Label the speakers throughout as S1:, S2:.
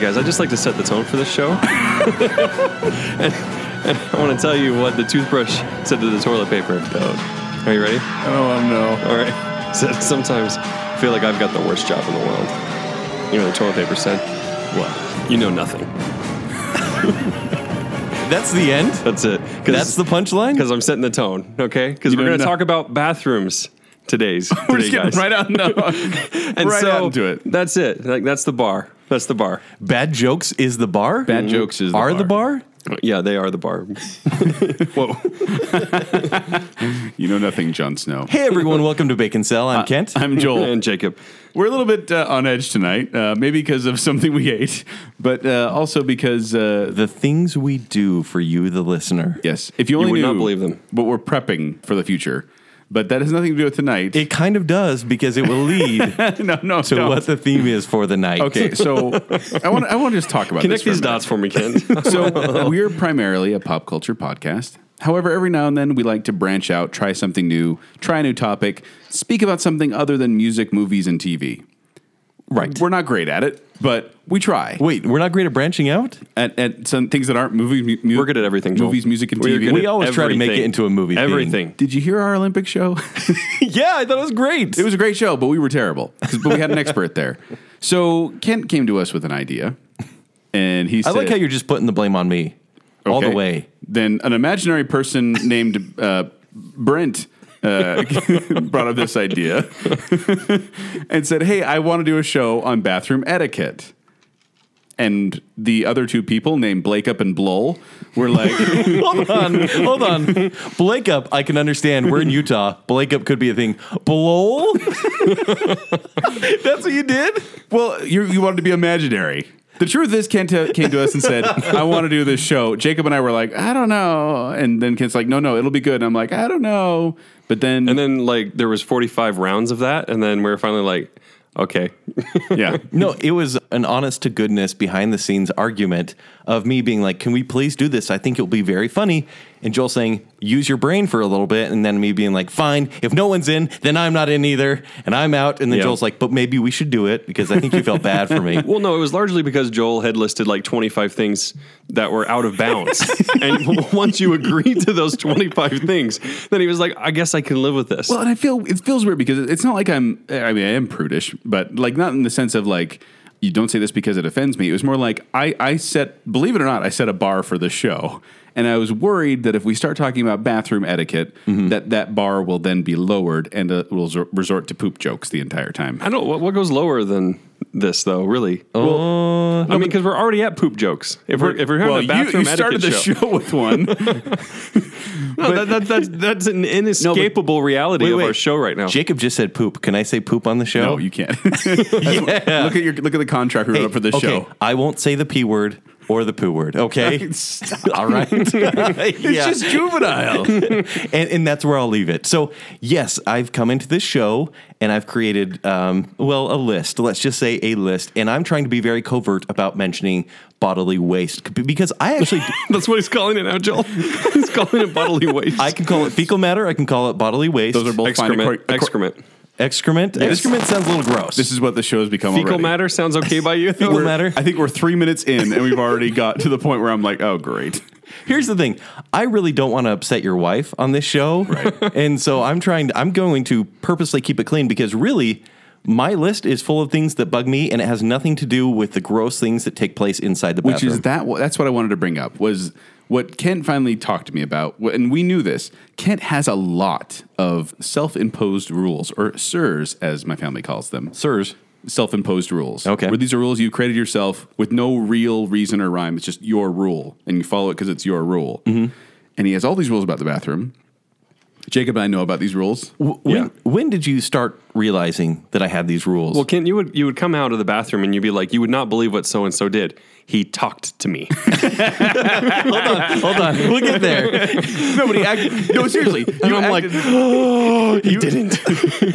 S1: guys, I'd just like to set the tone for this show. and, and I want to tell you what the toothbrush said to the toilet paper. Are you ready?
S2: Oh no.
S1: All right. So sometimes I feel like I've got the worst job in the world. You know, what the toilet paper said,
S2: What?
S1: you know nothing.
S2: That's the end.
S1: That's it.
S2: That's the punchline.
S1: Because I'm setting the tone, okay? Because
S2: You
S1: we're
S2: don't
S1: going to
S2: know-
S1: talk about bathrooms today's.
S2: we're
S1: today,
S2: just getting
S1: guys.
S2: right out. No.
S1: and
S2: right
S1: so
S2: out into it.
S1: That's it. Like that's the bar. That's the bar.
S2: Bad jokes is the bar.
S3: Bad jokes is the
S2: are the
S3: bar.
S2: bar.
S1: Yeah, they are the bar.
S2: Whoa.
S3: You know nothing, Jon Snow. Uh,
S2: Hey everyone, welcome to Bacon Cell. Uh, I'm Kent.
S3: I'm Joel.
S1: and Jacob.
S3: We're a little bit uh, on edge tonight, uh, maybe because of something we ate, but uh, also because uh,
S2: the things we do for you, the listener.
S3: yes, if you only
S1: would
S3: knew,
S1: not believe them.
S3: But we're prepping for the future. But that has nothing to do with tonight.
S2: It kind of does because it will lead
S3: no, no,
S2: to
S3: no.
S2: what the theme is for the night.
S3: okay, so I want I want to just talk about
S1: Connect
S3: this
S1: these
S3: for a minute.
S1: dots for me, Ken.
S3: So we're primarily a pop culture podcast. However, every now and then we like to branch out, try something new, try a new topic, speak about something other than music, movies, and TV.
S2: Right.
S3: We're not great at it, but we try
S2: Wait, we're not great at branching out?
S3: at, at some things that aren't movies. mu- mu-
S1: We're good at everything, Joel.
S3: Movies, music, and
S1: We're
S3: TV.
S1: good
S2: We
S1: at
S2: always try to make
S1: everything.
S2: it into a movie theme.
S1: Everything.
S3: Did you hear our Olympic show?
S2: Yeah, I thought it was great.
S3: it was a great show, but we were terrible. 'Cause- But we had an expert there. So Kent came to us with an idea, and he
S2: I
S3: said,
S2: like how you're just putting the blame on me all the
S3: Okay.
S2: way.
S3: Then an imaginary person named uh, Brent uh, brought up this idea and said, Hey, I want to do a show on bathroom etiquette. And the other two people named Blake Up and Bloll were like,
S2: hold on, hold on. Blake up, I can understand. We're in Utah. Blake up could be a thing. Blol? That's what you did?
S3: Well, you, you wanted to be imaginary. The truth is, Kent uh, came to us and said, I want to do this show. Jacob and I were like, I don't know. And then Kent's like, No, no, it'll be good. And I'm like, I don't know. But then,
S1: And then like there was 45 rounds of that, and then we were finally like, okay,
S3: yeah.
S2: No, it was an honest to goodness behind the scenes argument of me being like, "Can we please do this? I think it'll be very funny." And Joel saying, "Use your brain for a little bit," and then me being like, "Fine, if no one's in, then I'm not in either, and I'm out." And then
S1: Yeah.
S2: Joel's like, "But maybe we should do it because I think you felt bad for me."
S1: Well, no, it was largely because Joel had listed like 25 things that were out of bounds. and w- once you agreed to those 25 things, then he was like, I guess I can live with this.
S3: Well, and I feel it feels weird because it's not like I'm. I mean, I am prudish, but like not in the sense of like you don't say this because it offends me. It was more like I I set believe it or not, I set a bar for the show, and I was worried that if we start talking about bathroom etiquette,
S1: Mm-hmm.
S3: that that bar will then be lowered and uh, will resor- resort to poop jokes the entire time.
S1: I don't what, what goes lower than this though, really. well, I mean, because we're already at poop jokes. If we're if we're having a
S3: you,
S1: bathroom
S3: you started
S1: etiquette
S3: the show. with one.
S1: No, that, that, that's that's an inescapable reality
S2: Wait,
S1: of
S2: wait.
S1: our show right now.
S2: Jacob just said poop. Can I say poop on the show?
S3: no, you can't. Look at your look at the contract we wrote up for the
S2: okay,
S3: show.
S2: I won't say the p word or the poo word. Okay, all right.
S3: It's just juvenile.
S2: and, and that's where I'll leave it. So, yes, I've come into this show and I've created, um, well, a list. Let's just say a list. And I'm trying to be very covert about mentioning bodily waste b- because I actually.
S1: That's what he's calling it now, Joel. he's calling it bodily waste.
S2: I can call it fecal matter. I can call it bodily waste.
S3: Those are both fine
S1: excrement.
S3: accor- accor-
S1: excrement.
S2: excrement. Excrement sounds a little gross.
S3: This is what the show has become.
S1: Fecal
S3: already.
S1: matter sounds okay by you.
S2: Fecal
S1: We're-
S2: matter.
S3: I think we're three minutes in, and we've already got to the point where I'm like, oh, great.
S2: Here's the thing. I really don't want to upset your wife on this show.
S3: Right.
S2: and so I'm trying to, I'm going to purposely keep it clean because really my list is full of things that bug me and it has nothing to do with the gross things that take place inside the
S3: Which
S2: bathroom.
S3: is that? That's what I wanted to bring up was what Kent finally talked to me about, wh- and we knew this. Kent has a lot of self-imposed rules, or sirs, as my family calls them,
S2: Sirs.
S3: self-imposed rules.
S2: Okay.
S3: where these are rules you created yourself with no real reason or rhyme. It's just your rule, and you follow it because it's your rule. And he has all these rules about the bathroom. Jacob and I know about these rules.
S2: When,
S1: Yeah.
S2: when did you start realizing that I had these rules?
S1: Well, Kent, you would you would come out of the bathroom and you'd be like, you would not believe what so and so did. He talked to me.
S2: hold on, we'll get there.
S3: Nobody acted. No, seriously. You
S2: I'm like,
S3: acted, you didn't.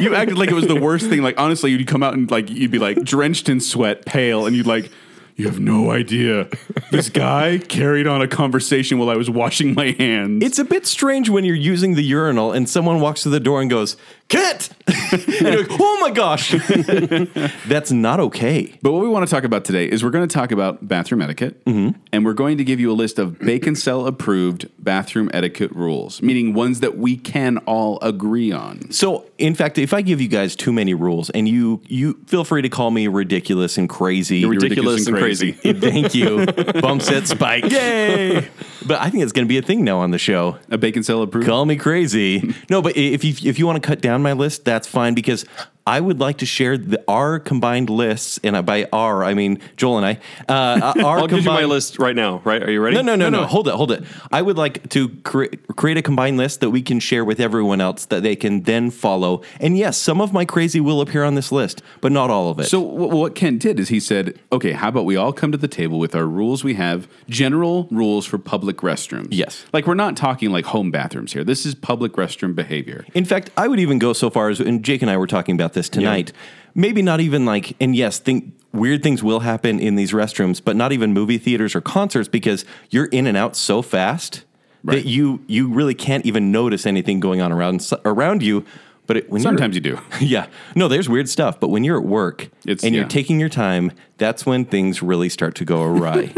S3: you acted like it was the worst thing. Like honestly, you'd come out and like you'd be like drenched in sweat, pale, and you'd like. You have no idea. This guy carried on a conversation while I was washing my hands.
S2: It's a bit strange when you're using the urinal and someone walks to the door and goes, "Cat," and you're like, "Oh my gosh, that's not okay."
S3: But what we want to talk about today is we're going to talk about bathroom etiquette, and we're going to give you a list of Bacon Cell approved bathroom etiquette rules, meaning ones that we can all agree on.
S2: So, in fact, if I give you guys too many rules, and you you feel free to call me ridiculous and crazy,
S1: ridiculous, and crazy.
S2: Thank you, bump set spike. Yay! But I think it's going to be a thing now on the show.
S3: A Bacon Cell approved.
S2: Call me crazy. No, but i- if you if you want to cut down my list, that's fine because I would like to share the our combined lists, and I- by our I mean Joel and I. Uh, our
S1: I'll give you my
S2: combined-
S1: list right now. Right? Are you ready?
S2: No, no, no, no, Hold it, hold it. I would like to cre- create a combined list that we can share with everyone else that they can then follow. And yes, some of my crazy will appear on this list, but not all of it.
S3: So wh- what Kent did is he said, "Okay, how about we all come to the table with our rules we have, general rules for public restrooms."
S2: Yes.
S3: Like we're not talking like home bathrooms here. This is public restroom behavior.
S2: In fact, I would even go so far as, and Jake and I were talking about this tonight. Maybe not even like, and yes, think weird things will happen in these restrooms, but not even movie theaters or concerts because you're in and out so fast
S3: Right.
S2: that you you really can't even notice anything going on around around you. But it, when you're-
S3: Sometimes you do.
S2: yeah, no, there's weird stuff. But when you're at work
S3: It's-
S2: and
S3: yeah.
S2: you're taking your time, that's when things really start to go awry.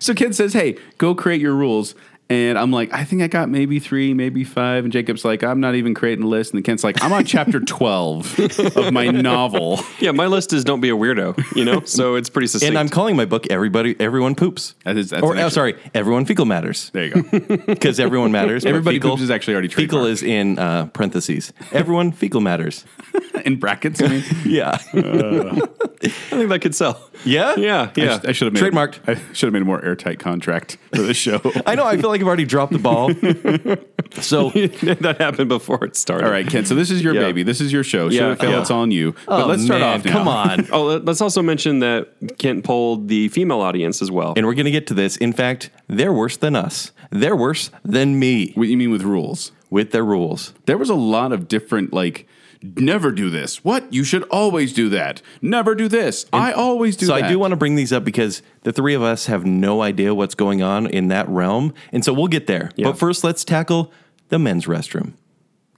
S3: So Kent says, "Hey, go create your rules." And I'm like, I think I got maybe three, maybe five. And Jacob's like, I'm not even creating a list. And Kent's like, I'm on chapter 12 of my novel.
S1: Yeah, my list is don't be a weirdo. You know, so it's pretty succinct.
S2: and I'm calling my book "Everybody, Everyone Poops."
S3: That is- that's
S2: or
S3: an
S2: oh,
S3: actual-
S2: sorry, everyone fecal matters.
S3: There you go.
S2: because everyone matters. but
S3: Everybody poops is actually already
S2: fecal
S3: trademarked.
S2: is in uh, parentheses. Everyone fecal matters.
S3: In brackets. I, mean,
S2: Yeah,
S1: I think that could sell.
S2: yeah,
S1: Yeah, yeah.
S3: I should have made
S2: Trademarked.
S3: I should have made a more airtight contract for the show.
S2: I know. I feel like I've already dropped the ball. so
S1: that happened before it started.
S3: All right, Kent. So this is your
S1: Yeah.
S3: baby. This is your show. Should
S1: Yeah,
S3: have fell,
S1: yeah.
S3: it's on you. But
S2: Oh,
S3: let's start
S2: man,
S3: off now.
S2: Come on.
S1: Oh, let- let's also mention that Kent polled the female audience as well.
S2: and we're gonna get to this. In fact, they're worse than us. They're worse than me
S3: What do you mean with rules?
S2: with their rules.
S3: There was a lot of different like never do this. What? You should always do that. Never do this. I always do
S2: So
S3: that.
S2: I do want to bring these up because the three of us have no idea what's going on in that realm, and so we'll get there. But first, let's tackle the men's restroom.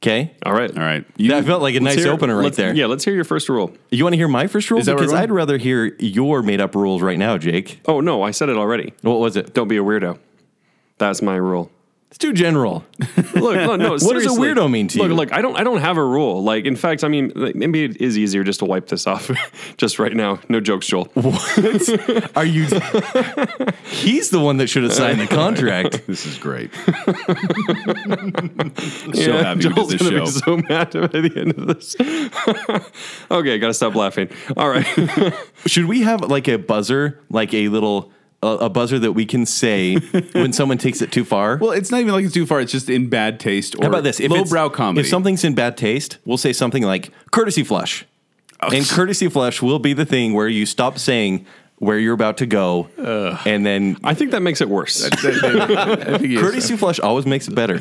S2: Okay,
S1: All right.
S3: All right. You,
S2: that felt like a nice
S1: Let's hear-
S2: opener right
S1: let's-
S2: there.
S1: Yeah, let's hear your first rule.
S2: You want to hear my first rule?
S3: that where
S2: Because
S3: we're
S2: I'd rather hear your made up rules right now, Jake.
S1: Oh, no, I said it already.
S2: What was it?
S1: Don't be a weirdo. That's my rule.
S2: It's too general.
S1: Look, no, no,
S2: does a weirdo mean to
S1: look,
S2: you?
S1: Look, I don't, I don't have a rule. Like, in fact, I mean, like, maybe it is easier just to wipe this off, just right now. No jokes, Joel.
S2: Are you? He's the one that should have signed the contract.
S3: this is great. so happy with
S1: Joel's
S3: this
S1: gonna
S3: show.
S1: be so mad by the end of this. okay, gotta stop laughing. All right,
S2: Should we have like a buzzer, like a little a, a buzzer that we can say when someone takes it too far?
S3: well, it's not even like it's too far. It's just in bad taste or
S2: How about this? it's-
S3: lowbrow comedy.
S2: If something's in bad taste, we'll say something like courtesy flush. And courtesy flush will be the thing where you stop saying where you're about to go, and then
S1: I think that makes it worse.
S3: I think it's-
S2: courtesy flush always makes it better.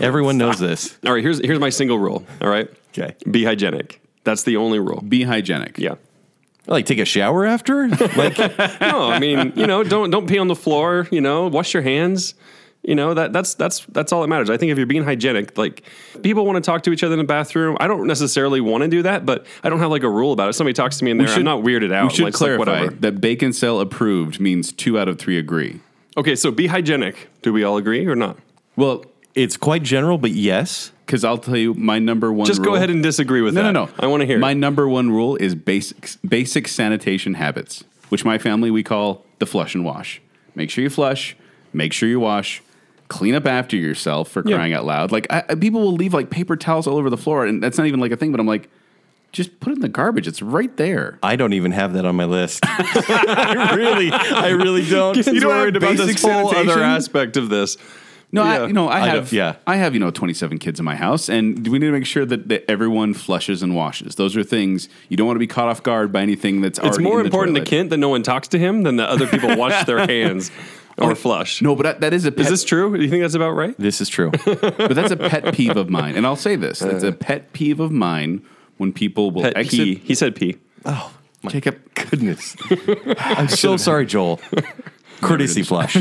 S2: Everyone knows this.
S1: All right, here's here's my single rule. All right,
S2: Okay.
S1: be hygienic. That's the only rule.
S3: be hygienic.
S1: Yeah.
S2: Like take a shower after? Like
S1: No, I mean, you know, don't don't pee on the floor. You know, wash your hands. You know that that's that's that's all that matters. I think if you're being hygienic, like people want to talk to each other in the bathroom. I don't necessarily want to do that, but I don't have like a rule about it. If somebody talks to me in there, I'm
S3: should-
S1: not weirded out.
S3: We should
S1: like, it's like,
S3: clarify
S1: whatever.
S3: that bacon cell approved means two out of three agree.
S1: Okay, so be hygienic. Do we all agree or not?
S3: Well,
S2: it's quite general, but yes.
S3: because I'll tell you my number one.
S1: Just go
S3: rule-
S1: ahead and disagree with
S3: No,
S1: that.
S3: no, no.
S1: I want to hear.
S3: My
S1: it.
S3: number one rule is basic basic sanitation habits, which my family we call the flush and wash. Make sure you flush. Make sure you wash. Clean up after yourself for
S1: Yeah.
S3: crying out loud. Like I, I- people will leave like paper towels all over the floor, and that's not even like a thing. But I'm like, just put it in the garbage. It's right there.
S2: I don't even have that on my list. I really, I really don't.
S1: He's worried about this
S3: basic
S1: whole
S3: sanitation?
S1: other aspect of this.
S3: No,
S1: Yeah.
S3: I, you know I
S2: I
S3: have
S2: don't- yeah.
S3: I have you know 27 kids in my house, and we need to make sure that, that everyone flushes and washes. Those are things you don't want to be caught off guard by anything that's
S1: It's
S3: already
S1: more
S3: in the
S1: important
S3: toilet.
S1: to Kent that no one talks to him than that other people wash their hands or flush.
S3: No, but that, that is a pet
S1: Is this true? Do you think that's about right?
S2: This is true.
S3: but that's a pet peeve of mine. And I'll say this: that's a Uh. pet peeve of mine when people will
S1: Pet
S3: exit.
S1: pee. He said pee.
S3: Jacob.
S2: Oh, Goodness. I'm so sorry, Joel. Courtesy flush.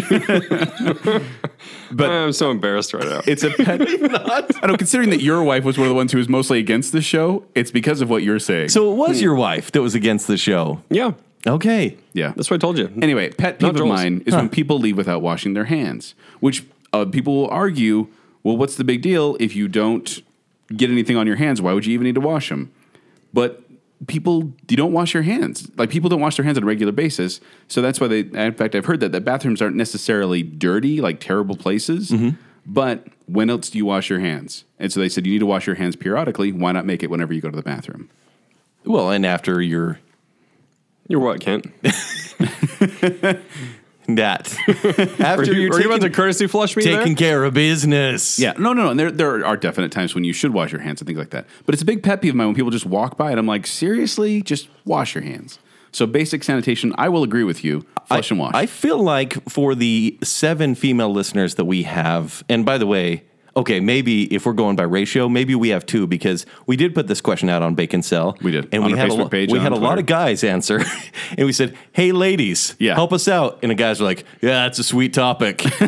S1: I'm so embarrassed right now.
S3: It's a pet. I know. Considering that your wife was one of the ones who was mostly against the show, it's because of what you're saying.
S2: So it was your wife that was against the show.
S1: yeah,
S2: Okay.
S3: yeah,
S1: that's what I told you.
S3: Anyway, pet peeve of
S1: Joel's.
S3: mine is when people leave without washing their hands, which uh, people will argue, well, what's the big deal if you don't get anything on your hands? Why would you even need to wash them? But people, you don't wash your hands. Like people don't wash their hands on a regular basis, so that's why they. In fact, I've heard that that bathrooms aren't necessarily dirty, like terrible places. But when else do you wash your hands? And so they said you need to wash your hands periodically. Why not make it whenever you go to the bathroom?
S2: Well, and after your
S1: You're what, Kent?
S2: that,
S1: Are
S2: after
S1: you,
S2: you're
S1: are you about to
S2: taking,
S1: courtesy flush me there?
S2: taking care of business.
S3: Yeah, no, no, no. And there, there are definite times when you should wash your hands and things like that. But it's a big pet peeve of mine when people just walk by and I'm like, seriously, just wash your hands. So basic sanitation, I will agree with you. Flush and wash.
S2: I feel like for the seven female listeners that we have, and by the way, okay, maybe if we're going by ratio, maybe we have two because we did put this question out on Bacon Cell.
S3: We did.
S2: and
S3: On
S2: we
S3: our
S2: had a
S3: Facebook
S2: lo-
S3: page
S2: we
S3: and
S2: had a
S3: on
S2: lot
S3: Twitter.
S2: of guys answer, and we said, "Hey, ladies,
S3: Yeah.
S2: help us out." And the guys were like, "Yeah, that's a sweet topic."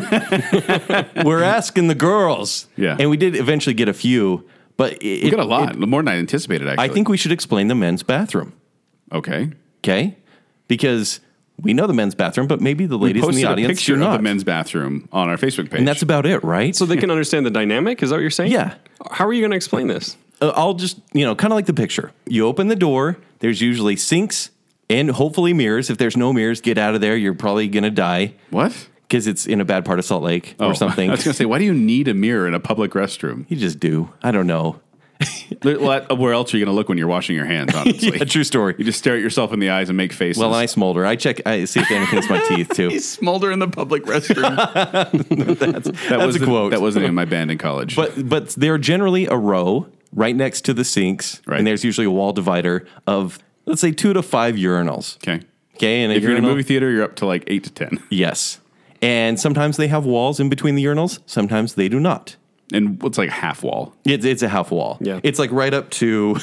S2: we're asking the girls.
S3: Yeah.
S2: and we did eventually get a few, but it,
S3: we got a lot more than I anticipated. Actually,
S2: I think we should explain the men's bathroom,
S3: okay.
S2: okay? Because we know the men's bathroom, but maybe the ladies in the
S1: posted a
S2: audience
S3: Picture
S2: do
S3: of
S2: not.
S3: the men's bathroom on our Facebook page.
S2: And that's about it, right?
S1: so they can understand the dynamic. Is that what you're saying?
S2: Yeah.
S1: How are you going to explain this?
S2: Uh, I'll just, you know, kind of like the picture. You open the door, there's usually sinks and hopefully mirrors. If there's no mirrors, get out of there. You're probably going to die
S3: what
S2: because it's in a bad part of Salt Lake
S3: Oh,
S2: or something.
S3: I was gonna say, why do you need a mirror in a public restroom?
S2: you just do. I don't know.
S3: Well, Where else are you gonna look when you're washing your hands? Honestly,
S2: A true
S3: you
S2: story.
S3: just stare at yourself in the eyes and make faces.
S2: Well, I smolder. I check, I see if anything's my teeth too.
S3: smolder in the public restroom. that's that was
S2: a
S3: the-
S2: quote.
S3: That was the name of my band in college.
S2: But but they're generally a row right next to the sinks,
S3: Right.
S2: and there's usually a wall divider of let's say two to five urinals.
S3: okay.
S2: Okay, and
S3: If you're in a
S2: urinal-
S3: movie theater, you're up to like eight to ten.
S2: yes, and sometimes they have walls in between the urinals. Sometimes they do not.
S3: And what's like half wall?
S2: It's it's a half wall.
S1: Yeah.
S2: it's like right up to,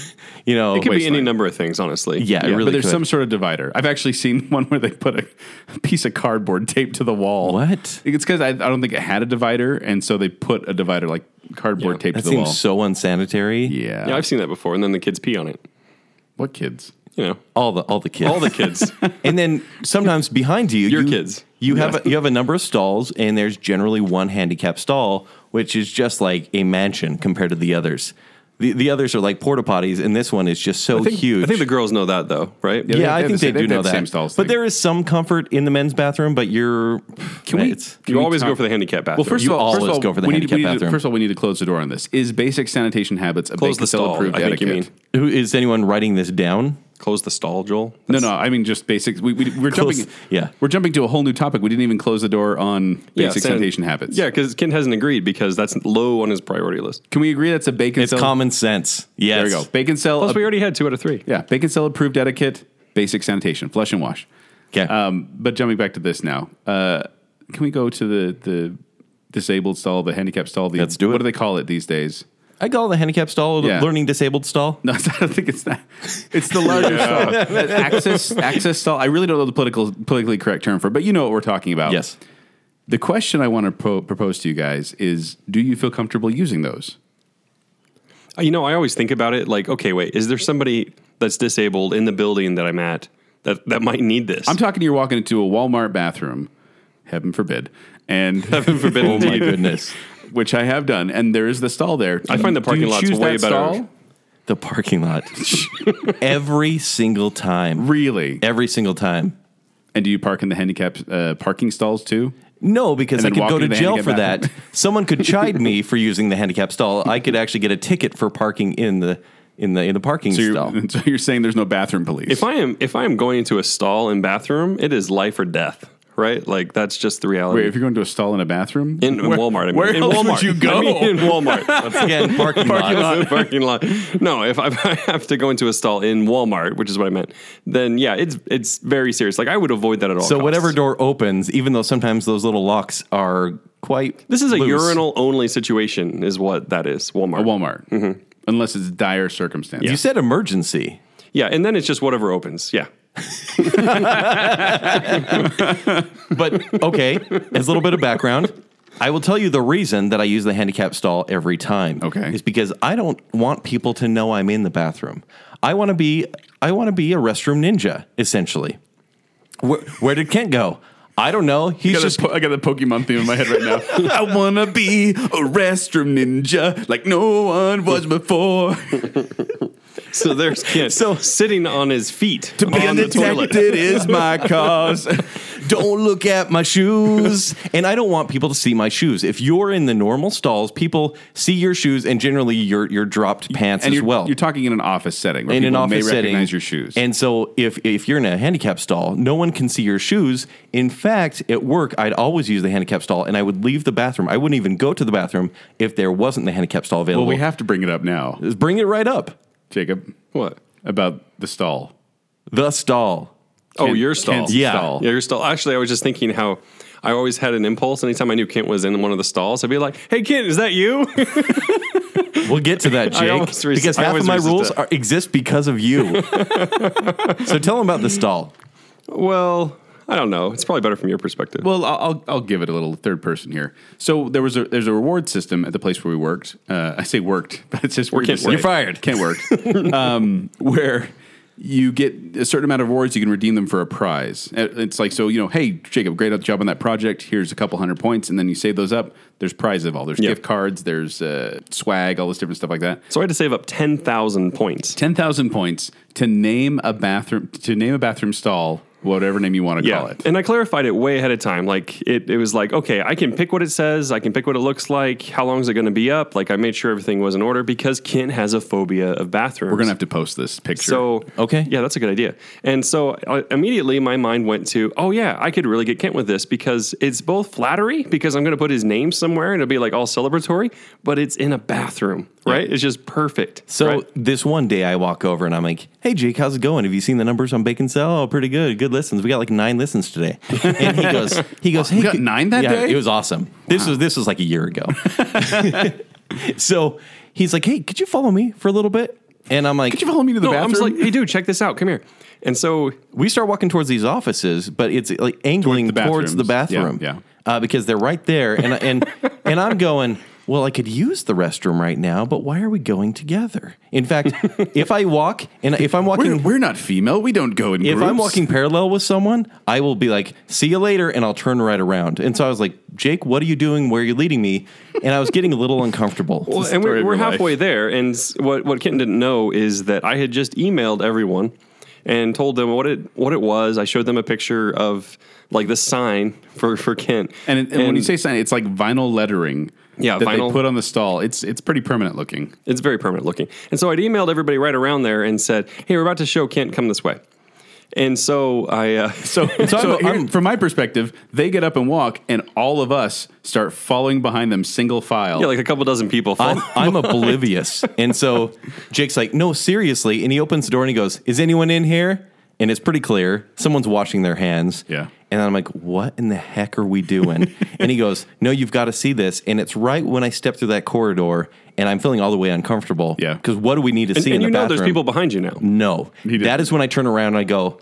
S2: you know,
S1: It could be
S3: waistline.
S1: any number of things, honestly.
S2: yeah, it really.
S3: but there's
S2: could.
S3: some sort of divider. I've actually seen one where they put a piece of cardboard taped to the wall.
S2: What?
S3: It's because I, I don't think it had a divider, and so they put a divider like cardboard
S1: Yeah.
S3: taped
S2: that
S3: to the
S2: seems
S3: wall.
S2: so unsanitary.
S3: yeah.
S1: Yeah, I've seen that before. And then the kids pee on it.
S3: what kids?
S1: You know,
S2: All the all the kids.
S1: all the kids.
S2: and then sometimes behind you,
S1: Your
S2: you-
S1: kids.
S2: You have a, you have a number of stalls, and there's generally one handicap stall, which is just like a mansion compared to the others. The, the others are like porta potties, and this one is just so
S1: I think,
S2: huge.
S1: I think the girls know that though, right?
S3: they
S2: yeah,
S3: have
S2: I
S3: the
S2: think they
S3: same- they
S2: do
S3: have
S2: know
S3: the
S2: that.
S3: same stalls
S2: but
S3: thing.
S2: there is some comfort in the men's bathroom. But you're
S3: Can we-
S2: it's-
S1: You
S3: Can we
S1: always go
S3: talk-
S1: for the handicap bathroom.
S3: Well, first
S2: You
S3: of all, first of
S2: always
S3: all,
S2: go for the
S3: we need- we
S2: handicap
S3: need to-
S2: bathroom.
S3: first of all, we need to close the door on this. Is basic sanitation habits a
S1: close
S3: basic
S1: the stall.
S3: approved
S1: I think you
S3: etiquette?
S1: mean
S2: who is anyone writing this down?
S1: close the stall, Joel.
S3: No, no, I mean just basic. We, we, we're
S2: Close-
S3: jumping.
S2: yeah.
S3: we're jumping to a whole new topic. We didn't even close the door on basic
S1: san-
S3: sanitation habits.
S1: Yeah, because Kent hasn't agreed because that's low on his priority list.
S3: Can we agree that's a bacon
S2: It's
S3: cell?
S2: common sense. Yes.
S3: There we go. Bacon cell.
S1: Plus, we already had two out of three.
S3: yeah, bacon cell approved etiquette, basic sanitation, flush and wash.
S2: Okay.
S3: Um, but jumping back to this now, uh, can we go to the the disabled stall, the handicapped stall? The,
S2: Let's do
S3: What
S2: it.
S3: do they call it these days?
S2: I call the handicap stall the
S3: Yeah.
S2: learning disabled stall.
S3: No, I don't think it's that. It's the larger stall, access access stall. I really don't know the political politically correct term for, it, but you know what we're talking about.
S2: Yes.
S3: The question I want to pro- propose to you guys is: Do you feel comfortable using those?
S1: Uh, You know, I always think about it like, okay, wait, is there somebody that's disabled in the building that I'm at that, that might need this?
S3: I'm talking. You're walking into a Walmart bathroom, heaven forbid, and
S1: Heaven forbid.
S2: Oh my
S1: indeed.
S2: goodness.
S3: which I have done, and there is the stall there.
S1: I find the
S3: Do
S1: parking
S3: you
S1: lot's
S3: choose
S1: way
S3: that
S1: better.
S3: stall?
S2: The parking lot. Every single time.
S3: Really?
S2: Every single time.
S3: And do you park in the handicapped uh, parking stalls too?
S2: No, because I
S3: And then
S2: could
S3: walk
S2: go to
S3: into the
S2: jail for
S3: handicap
S2: that.
S3: bathroom.
S2: Someone could chide me for using the handicap stall. I could actually get a ticket for parking in the in the in the parking
S3: So
S2: stall.
S3: you're, so you're saying there's no bathroom police?
S1: If I am if I am going into a stall and bathroom, it is life or death, right? Like that's just the reality.
S3: Wait, if you're going to a stall in a bathroom
S1: in in Walmart, I mean,
S3: where
S1: in
S3: else would
S1: Walmart,
S3: you go?
S1: I mean, in Walmart,
S2: Once again, parking, lot.
S1: the parking lot. No, if I, I have to go into a stall in Walmart, which is what I meant, then yeah, it's it's very serious. Like I would avoid that at all.
S2: So
S1: costs.
S2: whatever door opens, even though sometimes those little locks are quite
S1: This is a
S2: loose.
S1: urinal only situation, is what that is. Walmart.
S3: Walmart,
S1: Mm-hmm.
S3: unless it's dire circumstance.
S2: You said emergency.
S1: yeah, and then it's just whatever opens. Yeah.
S2: But okay, as a little bit of background, I will tell you the reason that I use the handicap stall every time.
S3: Okay.
S2: Is because I don't want people to know I'm in the bathroom. I want to be I want to be a restroom ninja essentially. Where, where did Kent go? I don't know. He's
S3: got
S2: just
S3: the po- I got the Pokemon theme in my head right now. I wanna be a restroom ninja like no one was before.
S1: So there's Kent
S2: So-
S1: so, sitting on his feet on the toilet.
S3: detected is my cause.
S2: don't look at my shoes. and I don't want people to see my shoes. If you're in the normal stalls, people see your shoes and generally your your dropped pants
S3: and
S2: as
S3: you're,
S2: well.
S3: you're talking in an office setting where
S2: in an
S3: people may
S2: office setting,
S3: recognize your shoes.
S2: And so, if if you're in a handicap stall, no one can see your shoes. In fact, at work, I'd always use the handicap stall, and I would leave the bathroom. I wouldn't even go to the bathroom if there wasn't the handicap stall available.
S3: well, we have to bring it up now,
S2: Just bring it right up.
S3: Jacob,
S1: What?
S3: about the stall.
S2: The stall.
S1: Oh,
S3: Kent-
S1: your stall.
S3: Kent's
S2: Yeah.
S3: stall.
S1: Yeah, your stall. Actually, I was just thinking how I always had an impulse anytime I knew Kent was in one of the stalls, I'd be like, "Hey, Kent, is that you?"
S2: We'll get to that,
S1: I
S2: Jake.
S1: almost resist-
S2: because
S1: I
S2: half
S1: always
S2: of my
S1: resist
S2: rules
S1: that.
S2: are, exist because of you. so tell them about the stall.
S1: well, I don't know. It's probably better from your perspective.
S3: Well, I'll, I'll I'll give it a little third person here. So there was a there's a reward system at the place where we worked. Uh, I say worked, but it's just weird
S1: can't
S3: to
S1: work.
S3: say.
S1: You're
S2: fired.
S3: Can't work. um, where you get a certain amount of rewards, you can redeem them for a prize. Uh, It's like so you know, hey Jacob, great job on that project. Here's a couple hundred points, and then you save those up. There's prizes involved. There's
S1: Yeah.
S3: gift cards. There's uh, swag. All this different stuff like that.
S1: so I had to save up ten thousand points.
S3: Ten thousand points to name a bathroom to name a bathroom stall, whatever name you want to call it.
S1: And I clarified it way ahead of time. Like it, it was like, okay, I can pick what it says, I can pick what it looks like, how long is it going to be up? Like I made sure everything was in order because Kent has a phobia of bathrooms.
S3: We're gonna have to post this picture.
S1: So
S2: Okay.
S1: yeah, that's a good idea. And so I, immediately my mind went to, oh yeah, I could really get Kent with this because it's both flattery because I'm going to put his name somewhere and it'll be like all celebratory, but it's in a bathroom, right? It's just perfect.
S2: So
S1: right?
S2: this one day I walk over and I'm like, "Hey Jake, how's it going? Have you seen the numbers on Bacon Cell? Oh, pretty good. Good listens. We got like nine listens today." And he goes, "He goes, hey,
S3: got
S2: could-
S3: nine that
S2: yeah,
S3: day?
S2: It was awesome. This was this was like a year ago." so he's like, "Hey, could you follow me for a little bit?" And I'm like,
S3: Could you follow me to the
S1: no,
S3: bathroom?
S1: I'm just like, hey dude, check this out. Come here. And so
S2: we start walking towards these offices, but it's like angling
S3: the
S2: towards the
S3: bathrooms. Yeah,
S2: bathroom,
S3: yeah.
S2: Uh, because they're right there, and and and I'm going. Well, I could use the restroom right now, but why are we going together? In fact, if I walk and if I'm walking,
S3: We're, we're not female. We don't go in
S2: if
S3: groups.
S2: I'm walking parallel with someone, I will be like, see you later, and I'll turn right around. And so I was like, Jake, what are you doing? Where are you leading me? And I was getting a little uncomfortable.
S1: Well, and
S3: story
S1: we're,
S3: of
S1: we're
S3: your life.
S1: halfway there. And s- what what Kitten didn't know is that I had just emailed everyone and told them what it what it was. I showed them a picture of like the sign for for Kent.
S3: and, it- and when you say sign, it's like vinyl lettering.
S1: Yeah,
S3: that
S1: vinyl.
S3: they put on the stall. It's it's pretty permanent looking.
S1: It's very permanent looking. And so I'd emailed everybody right around there and said, "Hey, we're about to show Kent. Come this way." And so I uh,
S3: So, so,
S2: I'm-
S3: here-
S2: I'm-
S3: from my perspective, they get up and walk, and all of us start following behind them, single file.
S1: yeah, like a couple dozen people.
S2: I'm,
S1: Follow.
S2: I'm oblivious. And so Jake's like, no, seriously. And he opens the door and he goes, is anyone in here? And it's pretty clear someone's washing their hands.
S3: Yeah.
S2: And I'm like, what in the heck are we doing? and he goes, no, you've got to see this. And it's right when I step through that corridor and I'm feeling all the way uncomfortable.
S3: Yeah.
S2: Because what do we need to see
S1: and
S2: in
S1: you
S2: the
S1: know,
S2: bathroom? Mm.
S1: there's people behind you now.
S2: No.
S3: didn't.
S2: That is when I turn around and I go,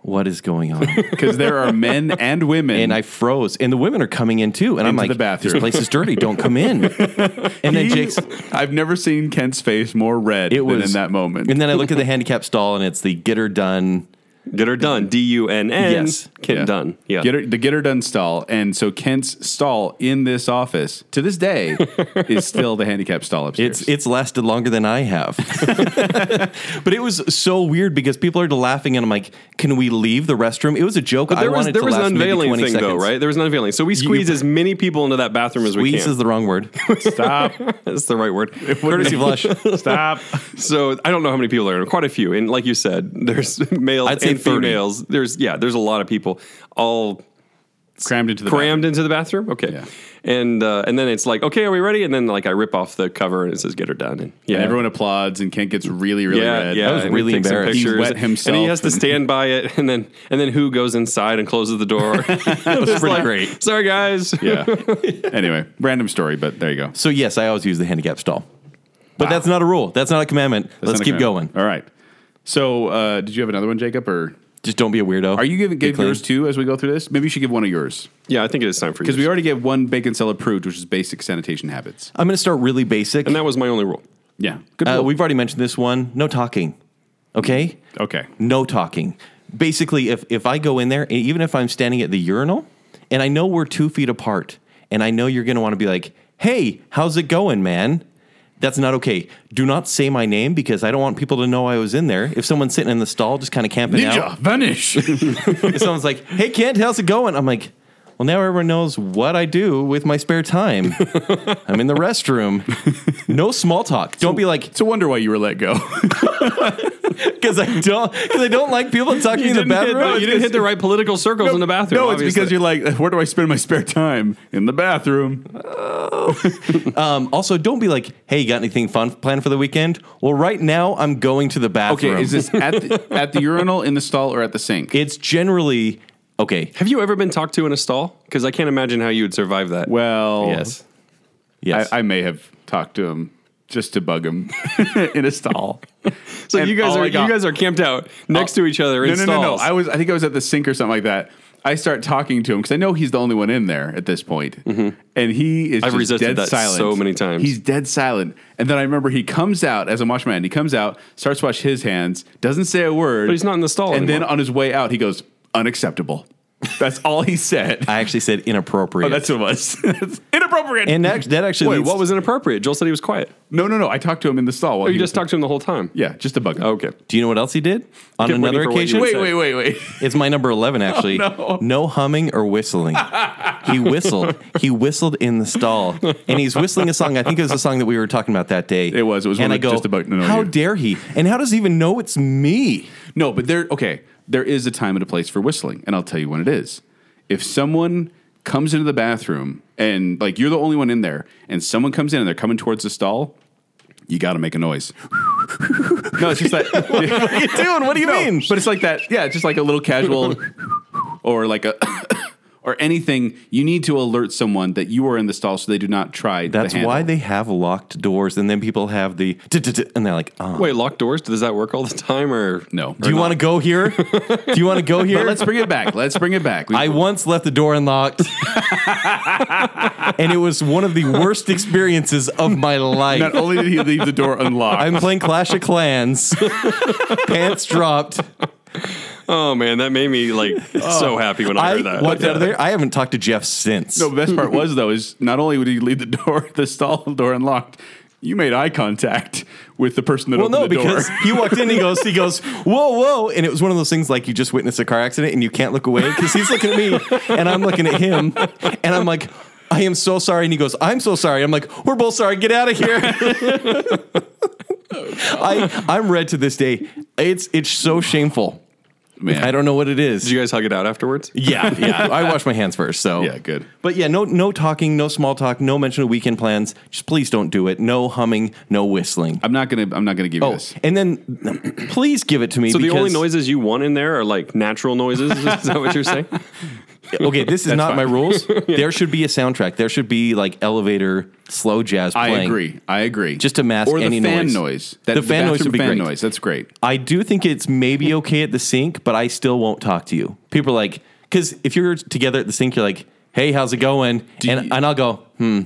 S2: what is going on?
S3: because there are men and women.
S2: and I froze. And the women are coming in too. And I'm
S3: Into
S2: like,
S3: the bathroom.
S2: this place is dirty. Don't come in. and then Jake's,
S3: I've never seen Kent's face more red
S2: it
S3: than
S2: was
S3: in that moment.
S2: And then I look at the handicap stall and it's the get her done.
S1: Get her done. D U N N.
S2: Yes.
S1: Kent done. Yeah.
S3: Get her, the get her done stall. And so Kent's stall in this office to this day is still the handicap stall upstairs.
S2: It's it's lasted longer than I have. but it was so weird because people are laughing and I'm like, can we leave the restroom? It was a joke. I
S1: there was
S2: wanted
S1: there
S2: to
S1: was an
S2: last maybe
S1: unveiling
S2: 20
S1: thing
S2: seconds.
S1: though, right? There was an unveiling. So we squeeze as many people into that bathroom as we
S2: Wheeze
S1: can.
S2: is the wrong word.
S3: Stop.
S1: That's the right word.
S2: Courtesy flush.
S3: Stop.
S1: So I don't know how many people there are. Quite a few, and like you said, there's males
S2: I'd say
S1: and
S2: 30.
S1: females. There's yeah, there's a lot of people all
S3: Crammed into the
S1: crammed into the bathroom. Okay,
S3: Yeah.
S1: and uh, and then it's like, okay, are we ready? And then like I rip off the cover and it says, "Get her done." And yeah,
S3: And everyone applauds, and Kent gets really, really
S1: yeah,
S3: red.
S1: yeah.
S2: That was
S1: and he
S2: really
S1: takes some
S2: embarrassing.
S3: He
S1: pictures.
S3: wet himself
S1: and he has to
S3: and-
S1: stand by it, and then and then who goes inside and closes the door? that was
S2: pretty great.
S1: Sorry, guys.
S3: Yeah. anyway, random story, but there you go.
S2: So yes, I always use the handicap stall. But that's not a rule. That's not a commandment. Let's
S3: That's
S2: keep
S3: not a
S2: going.
S3: command. All right. So, uh, did you have another one, Jacob? Or
S2: Just don't be a weirdo.
S3: Are you giving
S2: Be
S3: give
S2: clean.
S3: yours too as we go through this? Maybe you should give one of yours
S1: Yeah, I think it is time for
S3: because we
S1: yours.
S3: already gave one bacon cell approved, which is basic sanitation habits.
S2: I'm going to start really basic.
S1: and that was my only rule.
S3: Yeah, good.
S2: Uh,
S3: rule.
S2: we've already mentioned this one. No talking. Okay.
S3: okay.
S2: No talking. Basically, if if I go in there, and even if I'm standing at the urinal, and I know we're two feet apart, and I know you're going to want to be like, "Hey, how's it going, man?" That's not okay. Do not say my name because I don't want people to know I was in there. If someone's sitting in the stall just kind of camping out,
S3: vanish.
S2: if someone's like, "Hey, Kent, how's it going?" I'm like, "Well, now everyone knows what I do with my spare time. I'm in the restroom. No small talk. Don't be like,
S3: it's a wonder why you were let go.
S2: because I don't because I don't like people talking in the
S1: didn't hit,
S2: bathroom.
S1: no, you didn't hit the right political circles in the bathroom.
S3: No, it's because you're like, where do I spend my spare time in the bathroom?
S2: Um, also, don't be like, "Hey, you got anything fun planned for the weekend?" Well, right now I'm going to the bathroom.
S3: Okay, is this at the, at the urinal, in the stall, or at the sink?
S2: it's generally okay.
S1: Have you ever been talked to in a stall? Because I can't imagine how you would survive that.
S3: well,
S2: Yes, yes.
S3: I, I may have talked to him just to bug him in a stall.
S1: so
S3: and
S1: you guys
S3: all
S1: are
S3: I
S1: you
S3: got- Oh.
S1: guys are camped out next to each other in
S3: no, no, no,
S1: stalls.
S3: no. I was. I think I was at the sink or something like that. I start talking to him because I know he's the only one in there at this point, and he is.
S1: Mm-hmm. I've
S3: just
S1: resisted
S3: dead
S1: that
S3: silent.
S1: so many times.
S3: He's dead silent, and then I remember he comes out as I'm washing my hand. He comes out, starts to wash his hands, doesn't say a word,
S1: But he's not in the stall
S3: And then
S1: anymore.
S3: on his way out, he goes unacceptable. That's all he said.
S2: I actually said inappropriate.
S3: Oh, that's what it was. That's inappropriate.
S2: and that, that actually
S1: Wait,
S2: leads-
S1: what was inappropriate? Joel said he was quiet.
S3: no, no, no. I talked to him in the stall. While
S1: Or Oh, you
S3: he
S1: just
S3: was-
S1: talked to him the whole time.
S3: Yeah, just to bug him.
S1: Okay.
S2: Do you know what else he did on
S1: Kept waiting
S2: another
S1: for what you
S2: occasion?
S1: would
S3: Wait,
S1: say.
S3: wait, wait, wait.
S2: It's my number 11, actually.
S3: Oh, no.
S2: humming or whistling. he whistled. He whistled in the stall. And he's whistling a song. I think it was a song that we were talking about that day.
S3: It was. It was
S2: and
S3: one
S2: I
S3: that
S2: go,
S3: just about- no, no,
S2: How
S3: you-
S2: dare he? And how does he even know it's me?
S3: No, but there. Okay, there is a time and a place for whistling, and I'll tell you when it is. If someone comes into the bathroom and like you're the only one in there, and someone comes in and they're coming towards the stall, you got to make a noise. no, it's just that. what
S2: What are you doing? What do you mean?
S3: But it's like that. Yeah, it's just like a little casual, or like a. Or anything, you need to alert someone that you are in the stall so they do not try.
S2: That's
S3: the handle.
S2: why they have locked doors. And then people have the, "Duh-duh-duh," and they're like, oh.
S1: Wait, locked doors? Does that work all the time or
S3: No.
S2: Do you want to go here? Do you want to go
S3: But
S2: here?
S3: let's bring it back. Let's bring it back. We-
S2: I once left the door unlocked, and it was one of the worst experiences of my life.
S3: not only did he leave the door unlocked,
S2: I'm playing Clash of Clans. Pants dropped.
S1: Oh man, that made me like so happy when I,
S2: I
S1: heard that.
S2: walked out of there. I haven't talked to Jeff since.
S3: No, the best part was though is not only would he leave the door, the stall door unlocked, you made eye contact with the person that
S2: well,
S3: opened
S2: no,
S3: the door.
S2: because he walked in. He goes, he goes, whoa, whoa, and it was one of those things like you just witnessed a car accident and you can't look away because he's looking at me and I'm looking at him, and I'm like. I am so sorry. And he goes, I'm so sorry. I'm like, we're both sorry. Get out of here. I, I'm red to this day. It's it's so shameful.
S3: Man,
S2: I don't know what it is.
S1: Did you guys hug it out afterwards?
S2: Yeah, yeah. I wash my hands first, so
S3: Yeah, good.
S2: But yeah, no, no talking, no small talk, no mention of weekend plans. Just please don't do it. No humming, no whistling.
S3: I'm not gonna. I'm not gonna give you
S2: Oh,
S3: this.
S2: and then please give it to me.
S1: So the only
S2: because-
S1: noises you want in there are like natural noises. Is that what you're saying?
S2: Okay, this is not
S3: fine.
S2: my rules. There should be a soundtrack. There should be like elevator slow jazz.
S3: I
S2: Playing.
S3: agree. I agree.
S2: Just to mask
S3: or the
S2: any
S3: fan
S2: noise.
S3: noise. That,
S2: The fan noise
S3: bathroom
S2: would be
S3: fan
S2: great.
S3: noise. That's great.
S2: I do think it's maybe okay at the sink, but I still won't talk to you. People are like, because if you're together at the sink, you're like, "Hey, how's it going?" And,
S3: you-
S2: and I'll go, "Hmm,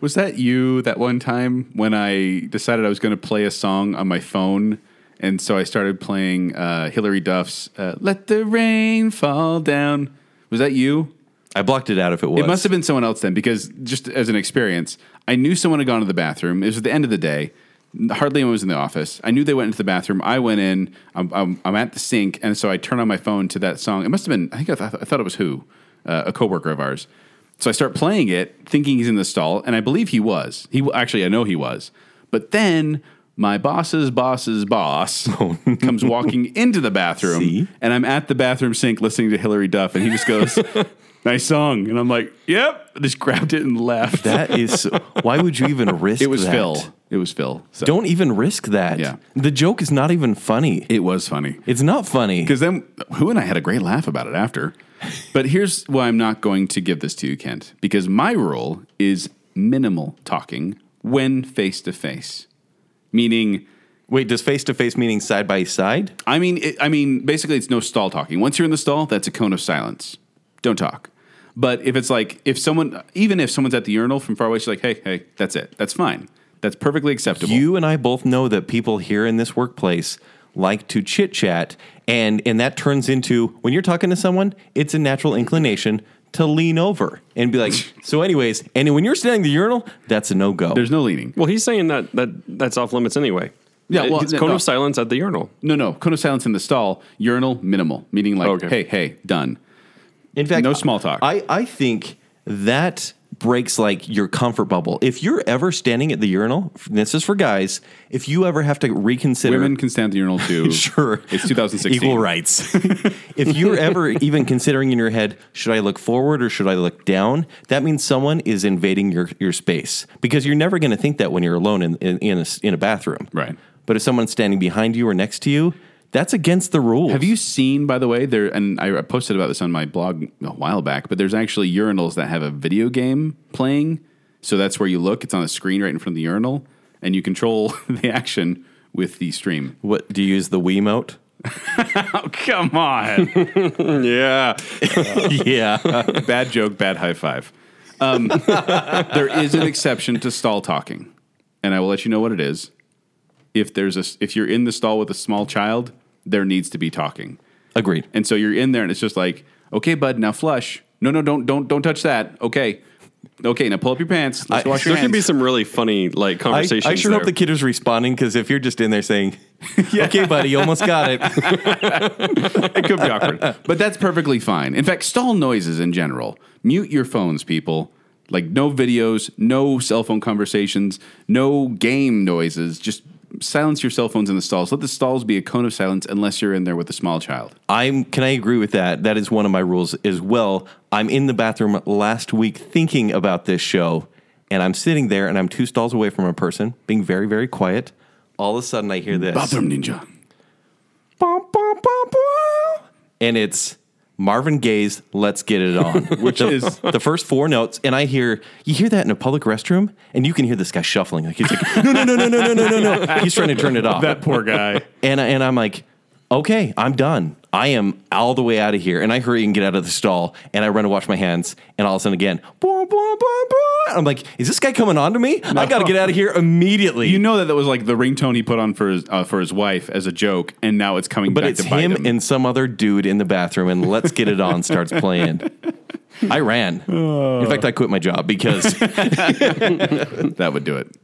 S3: Was that you that one time when I decided I was going to play a song on my phone? And so I started playing uh, Hillary Duff's uh, Let the Rain Fall Down. Was that you?
S2: "I blocked it out if it was."
S3: It must have been someone else then, because just as an experience, I knew someone had gone to the bathroom. It was at the end of the day. Hardly anyone was in the office. I knew they went into the bathroom. I went in. I'm, I'm, I'm at the sink, and so I turn on my phone to that song. It must have been. I think I, th- I thought it was who, uh, a coworker of ours. So I start playing it, thinking he's in the stall, and I believe he was. He w- actually, I know he was. But then my boss's boss's boss comes walking into the bathroom,
S2: See?
S3: and I'm at the bathroom sink listening to Hillary Duff, and he just goes, "Nice song," and I'm like, "Yep," I just grabbed it and left.
S2: That is. Why would you even risk?
S3: it was
S2: that?
S3: Phil. It was Phil. So
S2: Don't even risk that.
S3: Yeah.
S2: The joke is not even funny.
S3: It was funny
S2: It's not funny.
S3: because then who and I had a great laugh about it after. But here's why I'm not going to give this to you, Kent, because my rule is minimal talking when face to face, meaning
S2: Wait, does face to face meaning side by side?
S3: I mean, it, I mean, basically, it's no stall talking. Once you're in the stall, that's a cone of silence. Don't talk. But if it's like if someone, even if someone's at the urinal from far away, she's like, "Hey, hey, that's it. That's fine. That's perfectly acceptable."
S2: You and I both know that people here in this workplace like to chit chat, and and that turns into when you're talking to someone, it's a natural inclination to lean over and be like, "So, anyways," and when you're standing at the urinal, that's a no go.
S3: There's no leaning.
S1: Well, he's saying that that that's off limits anyway.
S3: Yeah, well,
S1: it's cone
S3: no.
S1: of silence at the urinal.
S3: No, no, cone of silence in the stall. Urinal minimal, meaning like,
S1: Okay.
S3: "Hey, hey, done."
S2: In fact,
S3: No small talk.
S2: I, I think that breaks like your comfort bubble. If you're ever standing at the urinal, this is for guys, if you ever have to reconsider
S3: Women can stand at the urinal too.
S2: sure
S3: it's 2016.
S2: equal rights. if you're ever even considering in your head, should I look forward or should I look down? That means someone is invading your your space because you're never going to think that when you're alone in in, in, a, s- in a bathroom,
S3: Right.
S2: But if someone's standing behind you or next to you, that's against the rules.
S3: Have you seen, by the way, there? And I posted about this on my blog a while back, but there's actually urinals that have a video game playing. So that's where you look. It's on a screen right in front of the urinal, and you control the action with the stream.
S2: What do you use the Wiimote?
S3: Oh, come on!
S1: Yeah,
S2: yeah.
S3: bad joke, bad high five. Um, there is an exception to stall talking, and I will let you know what it is. If there's a, if you're in the stall with a small child, there needs to be talking.
S2: Agreed.
S3: And so you're in there and it's just like, okay, bud, now flush. No, no, don't, don't, don't touch that. Okay. Okay, now pull up your pants. Let's
S2: I-
S3: wash your
S1: there
S3: hands.
S1: could be some really funny like
S2: I,
S1: conversations.
S2: I sure
S1: there.
S2: hope the kid is responding because if you're just in there saying, "Okay, buddy, you almost got it,"
S3: it could be awkward. But that's perfectly fine. In fact, stall noises in general. Mute your phones, people. Like no videos, no cell phone conversations, no game noises. Just silence your cell phones in the stalls. Let the stalls be a cone of silence unless you're in there with a small child.
S2: I'm. Can I agree with that? That is one of my rules as well. I'm in the bathroom last week thinking about this show, and I'm sitting there, and I'm two stalls away from a person, being very, very quiet. All of a sudden, I hear this,
S3: Bathroom ninja.
S2: Bum, bum, bum, bum. and it's Marvin Gaye's "Let's Get It On," which the,
S3: is-
S2: the first four notes, and I hear you hear that in a public restroom, and you can hear this guy shuffling, like he's like, "No, no, no, no, no, no, no, no, no." He's trying to turn it off.
S3: poor guy.
S2: And I- and I'm like, okay, I'm done. I am all the way out of here. And I hurry and get out of the stall, and I run to wash my hands, and all of a sudden again, boom, boom, boom, boom. I'm like, is this guy coming on to me? I got to get out of here immediately.
S3: You know that that was like the ringtone he put on for his uh, for his wife as a joke, and now it's coming
S2: but
S3: back
S2: it's
S3: to bite
S2: him,
S3: him.
S2: and some other dude in the bathroom, and let's get it on starts playing. I ran. In fact, I quit my job because
S3: that would do it.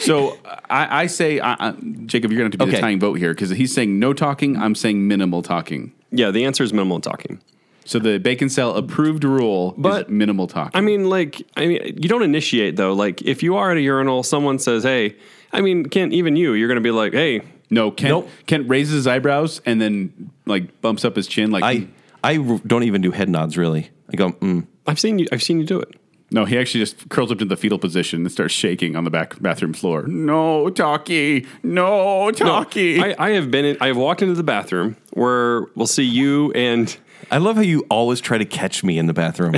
S3: So I, I say, I, I, Jacob, you're going to have to be
S2: Okay.
S3: the tying vote here because he's saying no talking. I'm saying minimal talking.
S1: yeah, the answer is minimal talking.
S3: So the bacon cell approved rule
S1: But-
S3: is minimal talking.
S1: I mean, like, I mean, you don't initiate though. Like, if you are at a urinal, someone says, "Hey," I mean, Kent, even you, you're gonna be like, "Hey."
S3: no, Kent,
S2: Nope.
S3: Kent raises his eyebrows and then like bumps up his chin. Like
S2: I I don't even do head nods really. I go, mm.
S1: I've seen you. I've seen you do it.
S3: no, he actually just curls up to the fetal position and starts shaking on the back bathroom floor. No talkie, no talkie.
S1: I, I have been. In, I have walked into the bathroom where we'll see you and
S2: I love how you always try to catch me in the bathroom.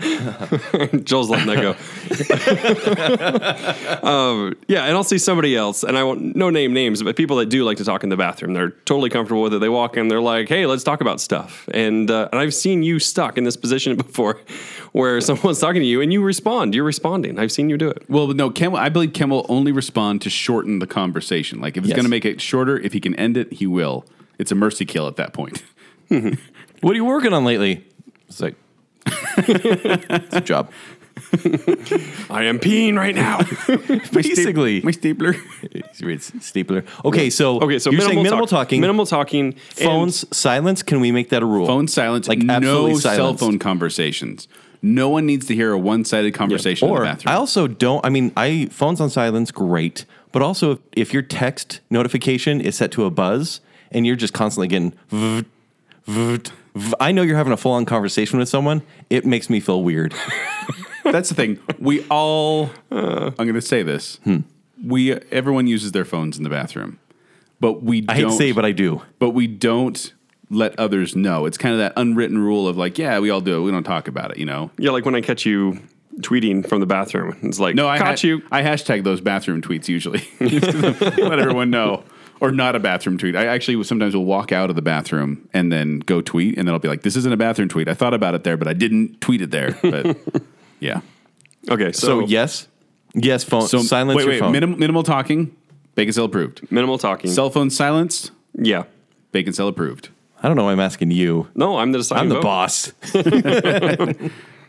S1: Joel's letting that go. um, yeah, and I'll see somebody else, and I won't no name names, but people that do like to talk in the bathroom, they're totally comfortable with it. They walk in, they're like, "Hey, let's talk about stuff." And uh, and I've seen you stuck in this position before, where someone's talking to you and you respond. You're responding. I've seen you do it.
S3: Well, no, Ken. I believe Ken will only respond to shorten the conversation. Like if it's
S2: Yes.
S3: going to make it shorter, if he can end it, he will. It's a mercy kill at that point.
S2: What are you working on lately? It's like, it's a job.
S1: I am peeing right now.
S2: Basically,
S3: my stapler.
S2: it's stapler. Okay, so
S1: okay, so
S2: you're
S1: minimal
S2: saying minimal
S1: talk-
S2: talking,
S1: minimal talking, and-
S2: phones silence. Can we make that a rule?
S3: Phone silence.
S2: Like,
S3: Like no
S2: absolutely
S3: cell
S2: silenced.
S3: phone conversations. No one needs to hear a one-sided conversation
S2: or
S3: in the bathroom.
S2: I also don't. I mean, I phones on silence, great. But also, if, if your text notification is set to a buzz and you're just constantly getting, vvvt, vvvt, vvvt, I know you're having a full on conversation with someone. It makes me feel weird.
S3: That's the thing. We all.
S2: Uh.
S3: I'm going to say this.
S2: Hmm.
S3: We everyone uses their phones in the bathroom, but we
S2: I hate
S3: don't
S2: to say, it, but I do.
S3: but we don't let others know. It's kind of that unwritten rule of like, yeah, we all do it. We don't talk about it, you know.
S1: yeah, like when I catch you tweeting from the bathroom. It's like,
S3: No, I
S1: caught
S3: ha-
S1: you.
S3: I hashtag those bathroom tweets usually. Let everyone know. Or not a bathroom tweet. I actually sometimes will walk out of the bathroom and then go tweet, and then I'll be like, "This isn't a bathroom tweet. I thought about it there, but I didn't tweet it there." But yeah,
S1: Okay,
S2: So
S1: so,
S2: yes, yes, phone
S3: so
S2: silence
S3: wait,
S2: your
S3: wait,
S2: phone.
S3: Minimal, minimal talking, bacon cell approved.
S1: minimal talking.
S3: Cell phone silenced,
S1: yeah.
S3: bacon cell approved.
S2: I don't know. why I'm asking you.
S1: No, I'm the deciding
S2: I'm the
S1: vote.
S2: boss.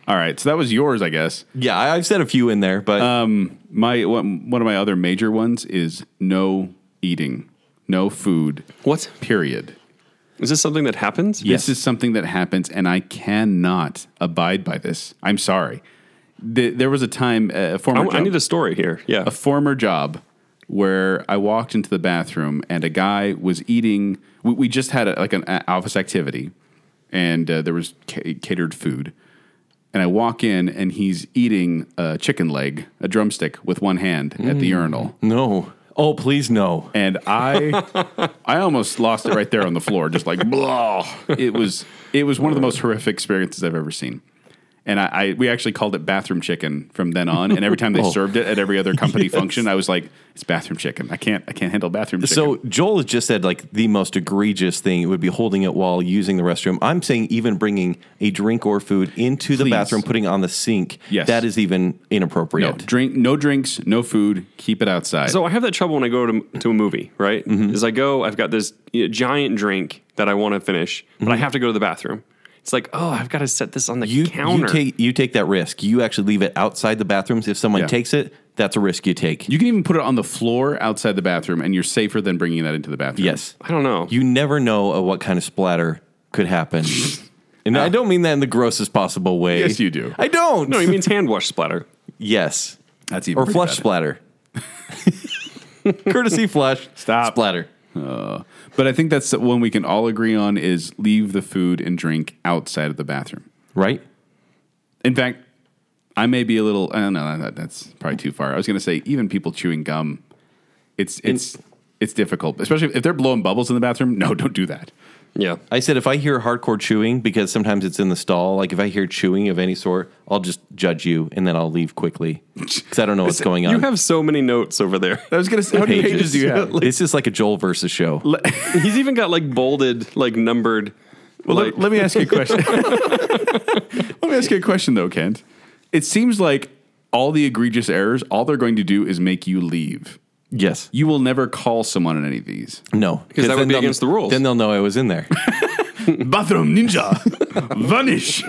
S3: All right, so that was yours, I guess.
S2: yeah, I, I've said a few in there, but
S3: Uh, My one, one of my other major ones is no eating, no food.
S1: What?
S3: Period.
S1: Is this something that happens?
S3: This is something that happens, and I cannot abide by this. I'm sorry. The, there was a time, uh, a former
S1: I,
S3: job,
S1: I need a story here. Yeah.
S3: a former job where I walked into the bathroom and a guy was eating. We, we just had a, like an a- office activity, and uh, there was ca- catered food. And I walk in, and he's eating a chicken leg, a drumstick, with one hand at the urinal
S2: no. Oh, please no.
S3: and I I almost lost it right there on the floor, just like blah. It was it was one of the most horrific experiences I've ever seen. And I, I we actually called it bathroom chicken from then on. And every time
S2: Oh.
S3: they served it at every other company function, I was like, it's bathroom chicken. I can't I can't handle bathroom chicken.
S2: So Joel has just said like the most egregious thing would be holding it while using the restroom. I'm saying even bringing a drink or food into the
S3: Please.
S2: bathroom, putting it on the sink.
S3: Yes.
S2: that is even
S3: no
S2: inappropriate.
S3: drink, no drinks, no food. Keep it outside.
S1: So I have that trouble when I go to, to a movie, right?
S2: Mm-hmm.
S1: Is I go, I've got this you know, giant drink that I want to finish, but I have to go to the bathroom. It's like, oh, I've got to set this on the
S2: Mm-hmm. you
S1: counter.
S2: you take you take that risk. You actually leave it outside the bathrooms. If someone
S3: Yeah.
S2: takes it, that's a risk you take.
S3: you can even put it on the floor outside the bathroom, and you're safer than bringing that into the bathroom.
S2: yes,
S1: I don't know.
S2: you never know uh, what kind of splatter could happen. And I don't mean that in the grossest possible way.
S3: Ah. Yes, you do.
S2: I don't.
S1: no, he means hand wash splatter.
S2: yes.
S3: that's even
S2: Or
S3: pretty
S2: flush
S3: bad.
S2: splatter. Courtesy flush.
S3: Stop.
S2: Splatter.
S3: But I think that's the one we can all agree on: is leave the food and drink outside of the bathroom.
S2: Right?
S3: In fact, I may be a little. I don't know. That, that's probably too far. I was going to say even people chewing gum, it's it's it's difficult, especially if they're blowing bubbles in the bathroom. No, don't do that.
S1: Yeah.
S2: I said if I hear hardcore chewing, because sometimes it's in the stall, like if I hear chewing of any sort, I'll just judge you and then I'll leave quickly because I don't know what's going on.
S1: You have so many notes over there.
S3: I was going to say how many pages do you have?
S2: this is like a Joel versus show.
S1: He's even got like bolded, like numbered.
S3: Well,
S1: like,
S3: let, let me ask you a question. let me ask you a question though, Kent. It seems like all the egregious errors, all they're going to do is make you leave.
S2: yes.
S3: You will never call someone on any of these.
S2: No. Because
S1: that would
S2: then
S1: be
S2: they'll-
S1: against the rules.
S2: Then they'll know I was in there.
S3: Bathroom ninja, vanish.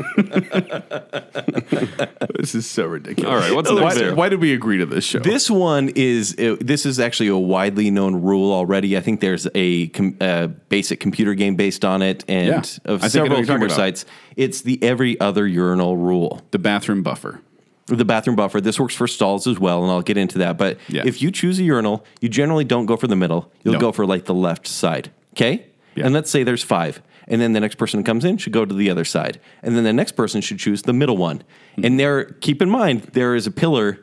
S3: this is so ridiculous.
S1: All right, what's
S3: why,
S1: next there?
S3: why did we agree to this show?
S2: This one is uh, this is actually a widely known rule already. I think there's a com- uh, basic computer game based on it, and
S3: Yeah. I think
S2: of
S3: I know what
S2: several
S3: you're talking
S2: humor
S3: about.
S2: sites. It's the every other urinal rule,
S3: the bathroom buffer.
S2: the bathroom buffer. This works for stalls as well, and I'll get into that. But
S3: Yeah.
S2: if you choose a urinal, you generally don't go for the middle. You'll
S3: No.
S2: go for like the left side. Okay,
S3: Yeah.
S2: and let's say there's five, and then the next person who comes in should go to the other side, and then the next person should choose the middle one.
S3: Mm-hmm.
S2: And there, keep in mind, there is a pillar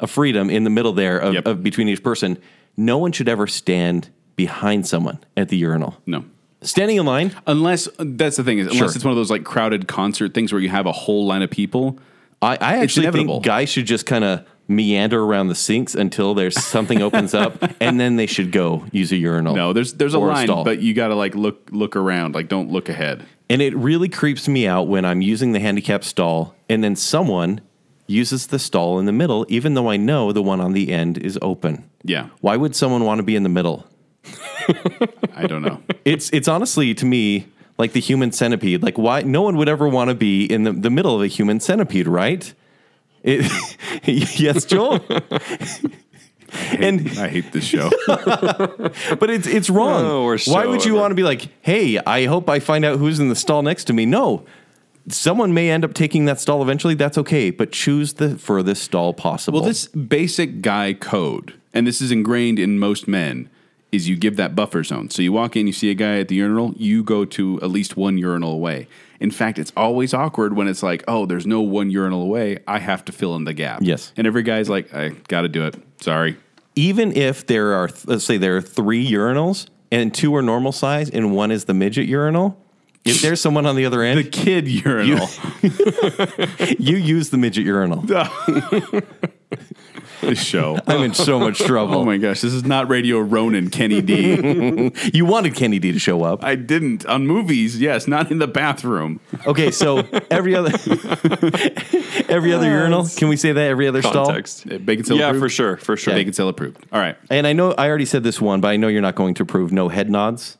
S2: of freedom in the middle there of,
S3: Yep.
S2: of between each person. No one should ever stand behind someone at the urinal.
S3: No.
S2: Standing in line,
S3: Unless that's the thing is unless
S2: Sure.
S3: it's one of those like crowded concert things where you have a whole line of people.
S2: I, I actually
S3: inevitable.
S2: think guys should just kind of meander around the sinks until there's something opens up, and then they should go use a urinal.
S3: No, there's there's a
S2: Or
S3: line,
S2: stall.
S3: but you got to like look look around. Like don't look ahead.
S2: and it really creeps me out when I'm using the handicap stall, and then someone uses the stall in the middle, even though I know the one on the end is open.
S3: Yeah.
S2: Why would someone want to be in the middle?
S3: I don't know.
S2: It's it's honestly to me like the human centipede. Like why no one would ever want to be in the, the middle of a human centipede, right? It, yes, Joel. and
S3: I hate this show.
S2: but it's it's wrong.
S1: No, or
S2: Why would you
S1: so.
S2: want to be like, hey, I hope I find out who's in the stall next to me? No. Someone may end up taking that stall eventually. That's okay, but choose the furthest stall possible.
S3: well, this basic guy code, and this is ingrained in most men, is you give that buffer zone. So you walk in, you see a guy at the urinal, you go to at least one urinal away. In fact, it's always awkward when it's like, oh, there's no one urinal away. I have to fill in the gap.
S2: Yes.
S3: And every guy's like, I got to do it. Sorry.
S2: even if there are, let's say, there are three urinals and two are normal size and one is the midget urinal, If there's someone on the other end,
S3: The kid urinal.
S2: you use the midget urinal.
S3: this show.
S2: I'm in so much
S3: Oh
S2: trouble.
S3: my gosh, this is not Radio Ronan Kenny D.
S2: you wanted Kenny D to show up.
S3: I didn't. On movies, yes, not in the bathroom.
S2: Okay, so every other every other urinal. Can we say that every other
S1: Context.
S3: Uh, Bacon cell
S1: Yeah,
S3: approved?
S1: for sure, for sure.
S3: Bacon cell approved. All right.
S2: stall? And I know I already said this one, but I know you're not going to approve no head nods.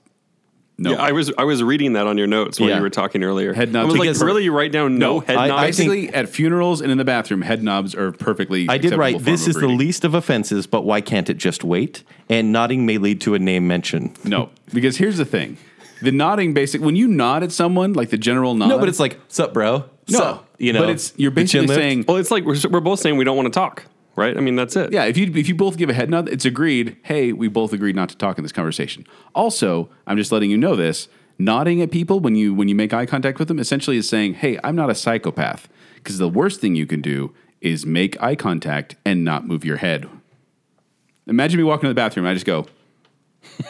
S3: No.
S1: Yeah, I was I was reading that on your notes when
S2: Yeah.
S1: you were talking earlier.
S3: Head
S1: I
S3: nods.
S1: was
S2: Because-
S1: like, really, you write down no,
S3: No,
S1: head
S2: I- I
S1: nods?
S2: think-
S3: Basically, at funerals and in the bathroom, head knobs are perfectly.
S2: I did
S3: acceptable
S2: write
S3: form
S2: this
S3: of
S2: is the
S3: greeting."
S2: least of offenses, but why can't it just wait? And nodding may lead to a name mention.
S3: No, because here's the thing: the nodding, basic. When you nod at someone, like the general nod.
S2: No, but it's like, sup, bro?
S3: No,
S2: Sup?" you know,
S3: But it's you're
S2: the
S3: basically
S2: chin lift.
S3: saying,
S1: well, it's like we're, we're both saying we don't want to talk, right? I mean, that's it.
S3: yeah. If you if you both give a head nod, it's agreed. Hey, we both agreed not to talk in this conversation. Also, I'm just letting you know this: nodding at people when you when you make eye contact with them essentially is saying, hey, I'm not a psychopath. Because the worst thing you can do is make eye contact and not move your head. Imagine me walking to the bathroom. I just go,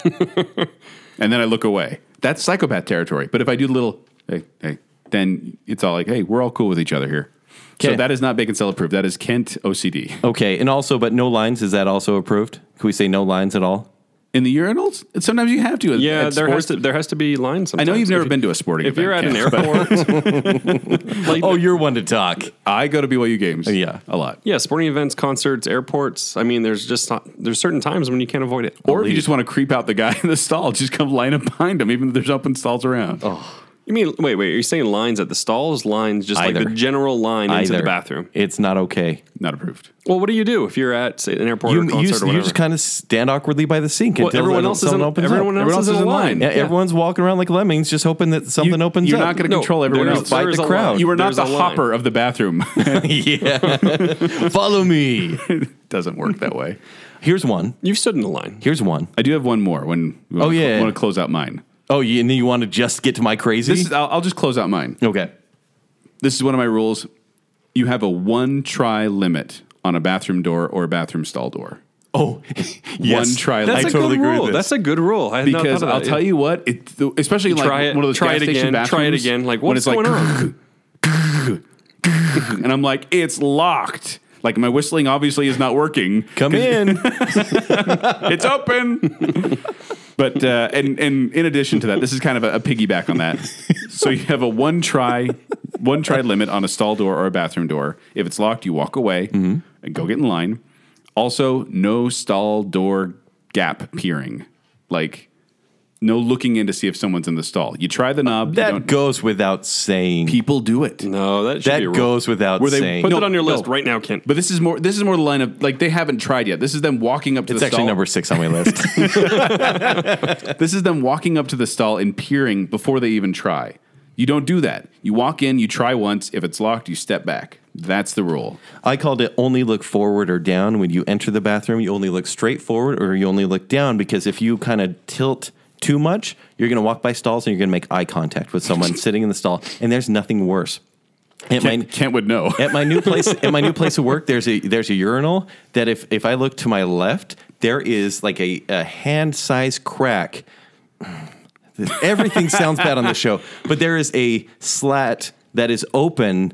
S3: and then I look away. That's psychopath territory. But if I do the little hey, hey, then it's all like, hey, we're all cool with each other here. So
S2: Okay.
S3: that is not bacon cell approved. That is Kent OCD.
S2: okay, and also, but no lines is that also approved? Can we say no lines at all?
S3: In the urinals, sometimes you have to. at-
S1: Yeah,
S3: at
S1: there
S3: sports-
S1: has to there has to be lines.
S3: I
S1: Sometimes.
S3: know you've never
S1: If you-
S3: been to a sporting.
S1: If you're at
S3: event,
S1: an
S3: Kent, but
S1: airport, like,
S2: Oh, you're one to talk.
S3: I go to BYU games.
S2: Yeah.
S3: a lot.
S1: yeah, sporting events, concerts, airports. I mean, there's just not, there's certain times when you can't avoid it.
S3: Or if you just want to creep out the guy in the stall, just come line up behind him, even if there's open stalls around.
S1: Oh. you mean wait, wait? Are you saying lines at the stalls? Lines just like
S2: Either.
S1: the general line into
S2: Either.
S1: the bathroom?
S2: It's not okay.
S3: Not approved.
S1: Well, what do you do if you're at say, an airport
S2: You,
S1: or
S2: you,
S1: concert or
S2: you
S1: whatever?
S2: just kind of stand awkwardly by the sink
S1: well,
S2: until
S1: everyone
S2: the-
S1: else is in,
S2: someone opens
S1: everyone,
S2: up.
S1: Else is in line.
S2: yeah, everyone's walking around like lemmings, just hoping that something
S3: You-
S2: opens
S3: you're
S2: up.
S3: not going to control everyone
S1: there's-
S3: else.
S2: Fight
S1: there's
S2: the
S1: a
S2: crowd.
S1: line.
S3: You are not
S1: Oh, There's
S3: the
S1: a line.
S3: hopper of the bathroom.
S2: yeah, follow me.
S3: Doesn't work that way.
S2: Here's one.
S1: You've stood in a line.
S2: Here's one.
S3: I do have one more. When
S2: Oh, yeah.
S3: want to close out mine.
S2: Oh, you, and you want to just get to my crazy?
S3: This is, I'll, I'll just close out mine.
S2: okay.
S3: This is one of my rules. You have a one try limit on a bathroom door or a bathroom stall door.
S2: Oh, yes.
S3: try
S1: That's
S3: limit.
S2: That's I
S1: a
S2: totally
S1: good
S2: agree
S1: rule.
S2: with this.
S1: That's a good rule. I had not
S3: Because
S1: thought of
S3: I'll
S1: that
S3: tell
S1: yet.
S3: you what, it, especially like
S1: Try it-
S3: one of those
S1: try
S3: gas
S1: it
S3: station
S1: again,
S3: bathrooms.
S1: try it again, like,
S3: when
S1: what's
S3: it's like,
S1: going on?
S3: and I'm like, it's locked. Like my whistling obviously is not working.
S2: Come in.
S3: it's open. but uh, and and in addition to that, this is kind of a, a piggyback on that. so you have a one try, one try limit on a stall door or a bathroom door. If it's locked, you walk away and go get in line. Also, no stall door gap peering, like no looking in to see if someone's in the stall. You try the knob. you
S2: that
S3: don't-
S2: goes without saying.
S3: people do it.
S1: No, that should be a
S2: that
S1: rule.
S2: goes without
S3: they-
S2: saying.
S1: Put
S3: No,
S1: that on your
S3: no.
S1: list right now, Kent.
S3: But this is more. This is more the line of like they haven't tried yet. This is them walking up to
S2: it's
S3: the
S2: actually
S3: stall.
S2: number six on my list.
S3: This is them walking up to the stall and peering before they even try. You don't do that. You walk in, you try once. If it's locked, you step back. That's the rule.
S2: I called it only look forward or down when you enter the bathroom. You only look straight forward or you only look down because if you kind of tilt too much, you're going to walk by stalls and you're going to make eye contact with someone sitting in the stall. And there's nothing worse. At my,
S3: Kent, Kent would know.
S2: at my new place, at my new place of work, there's a there's a urinal that if if I look to my left, there is like a, a hand size crack. Everything sounds bad on the show, but there is a slat that is open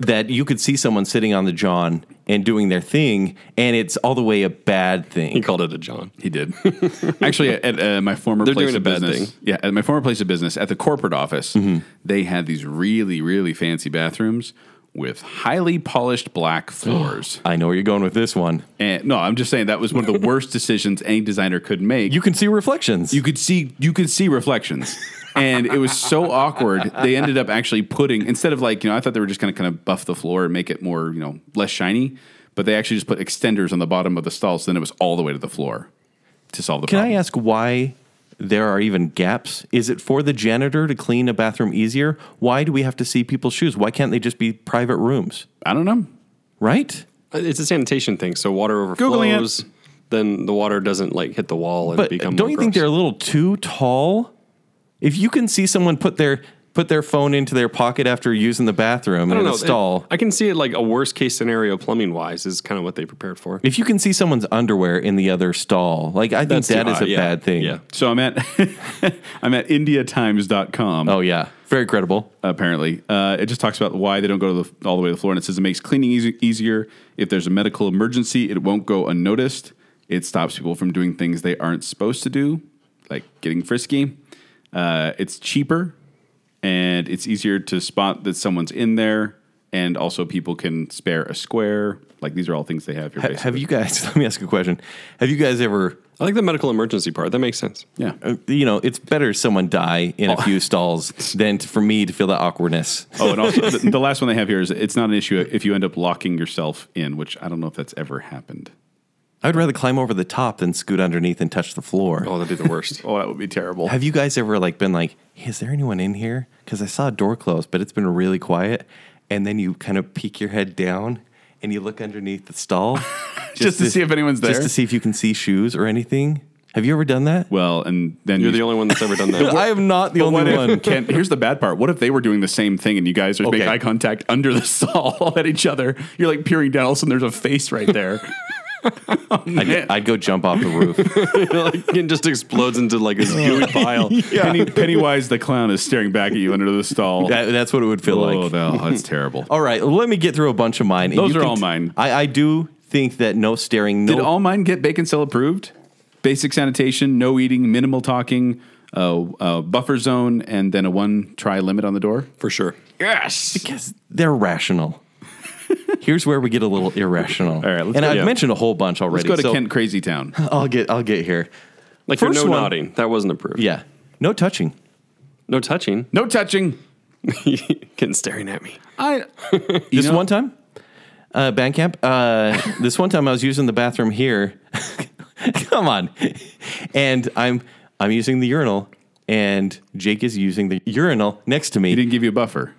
S2: that you could see someone sitting on the john and doing their thing, and it's all the way a bad
S1: He
S2: thing.
S1: called it a John.
S3: He did. Actually, at uh, my former
S1: They're
S3: place
S1: doing
S3: of
S1: a bad
S3: business,
S1: thing. Mm-hmm.
S3: yeah, at my former place of business, at the corporate office, they had these really, really fancy bathrooms with highly polished black floors.
S2: I know where you're going with this one.
S3: and no, I'm just saying that was one of the worst decisions any designer could make.
S2: You can see reflections.
S3: you could see you could see reflections and it was so awkward they ended up actually putting instead of like you know i thought they were just going to kind of buff the floor and make it more you know less shiny but they actually just put extenders on the bottom of the stall so then it was all the way to the floor to solve the
S2: Can I
S3: problem
S2: ask why there are even gaps? Is it for the janitor to clean a bathroom easier? Why do we have to see people's shoes? Why can't they just be private rooms?
S3: i don't know
S2: Right?
S1: Uh, It's a sanitation thing, so water
S3: Googling it.
S1: overflows. Then the water doesn't like hit the wall and
S2: But
S1: become.
S2: don't you think they're a little too tall? If you can see someone put their put their phone into their pocket after using the bathroom
S1: I
S2: in
S1: don't know.
S2: a stall.
S1: It- I can see it like a worst case scenario plumbing wise is kind of what they prepared for.
S2: if you can see someone's underwear in the other stall, like I think
S1: That's
S2: that
S1: too
S2: is
S1: high,
S2: a
S1: yeah,
S2: bad thing.
S1: yeah.
S3: So I'm at I'm at indiatimes.com.
S2: Oh yeah, very credible.
S3: apparently. Uh, it just talks about why they don't go to the, all the way to the floor, and it says it makes cleaning easy, easier. If there's a medical emergency, it won't go unnoticed. It stops people from doing things they aren't supposed to do, like getting frisky. Uh, it's cheaper, and it's easier to spot that someone's in there. And also, people can spare a square. Like these are all things they have here.
S2: Ha-
S3: basically.
S2: Have you guys? Let me ask you a question. Have you guys ever?
S1: I like the medical emergency part. That makes sense.
S3: yeah.
S2: uh, You know, it's better someone die in a few stalls than t- for me to feel that awkwardness.
S3: Oh, and also the, the last one they have here is it's not an issue if you end up locking yourself in, which I don't know if that's ever happened.
S2: I'd rather climb over the top than scoot underneath and touch the floor.
S1: Oh, that'd be the worst.
S3: Oh, that would be terrible.
S2: Have you guys ever like been like, hey, is there anyone in here? Because I saw a door close, but it's been really quiet. And then you kind of peek your head down and you look underneath the stall
S3: Just, to, see if anyone's there.
S2: just to see if you can see shoes or anything. Have you ever done that?
S3: Well, and then
S1: You're
S3: you-
S1: the only one that's ever done that.
S2: I am not the
S3: What
S2: only
S3: if-
S2: one.
S3: Ken, here's the bad part. What if they were doing the same thing and you guys are
S2: Okay.
S3: making eye contact under the stall at each other? You're like peering down, all of a sudden there's a face right there. Oh,
S2: I'd, I'd go jump off the roof.
S1: like, it just explodes into like this gooey pile.
S3: Penny, Pennywise the clown is staring back at you under the stall.
S2: That- that's what it would feel like.
S3: oh no, that's terrible.
S2: All right, let me get through a bunch of mine. and
S3: Those
S2: you
S3: are
S2: can
S3: all mine.
S2: I, I do think that no staring, no
S3: Did all mine get bacon cell approved? Basic sanitation, no eating, minimal talking, uh, uh, buffer zone, and then a one try limit on the door.
S1: For sure.
S3: Yes.
S2: Because they're rational. Here's where we get a little irrational.
S3: All right, let's
S2: and
S3: go-
S2: I've
S3: yeah.
S2: mentioned a whole bunch already.
S3: Let's go to
S2: so
S3: Kent Crazy Town.
S2: I'll get I'll get here.
S1: Like for
S2: First
S1: no
S2: one-
S1: nodding. That wasn't approved.
S2: Yeah. No touching.
S1: No touching.
S3: No touching.
S1: Getting staring at me.
S3: I
S2: this one time, uh, Bandcamp. Uh, this one time, I was using the bathroom here. Come on, and I'm I'm using the urinal, and Jake is using the urinal next to
S3: he
S2: me.
S3: didn't give you a buffer.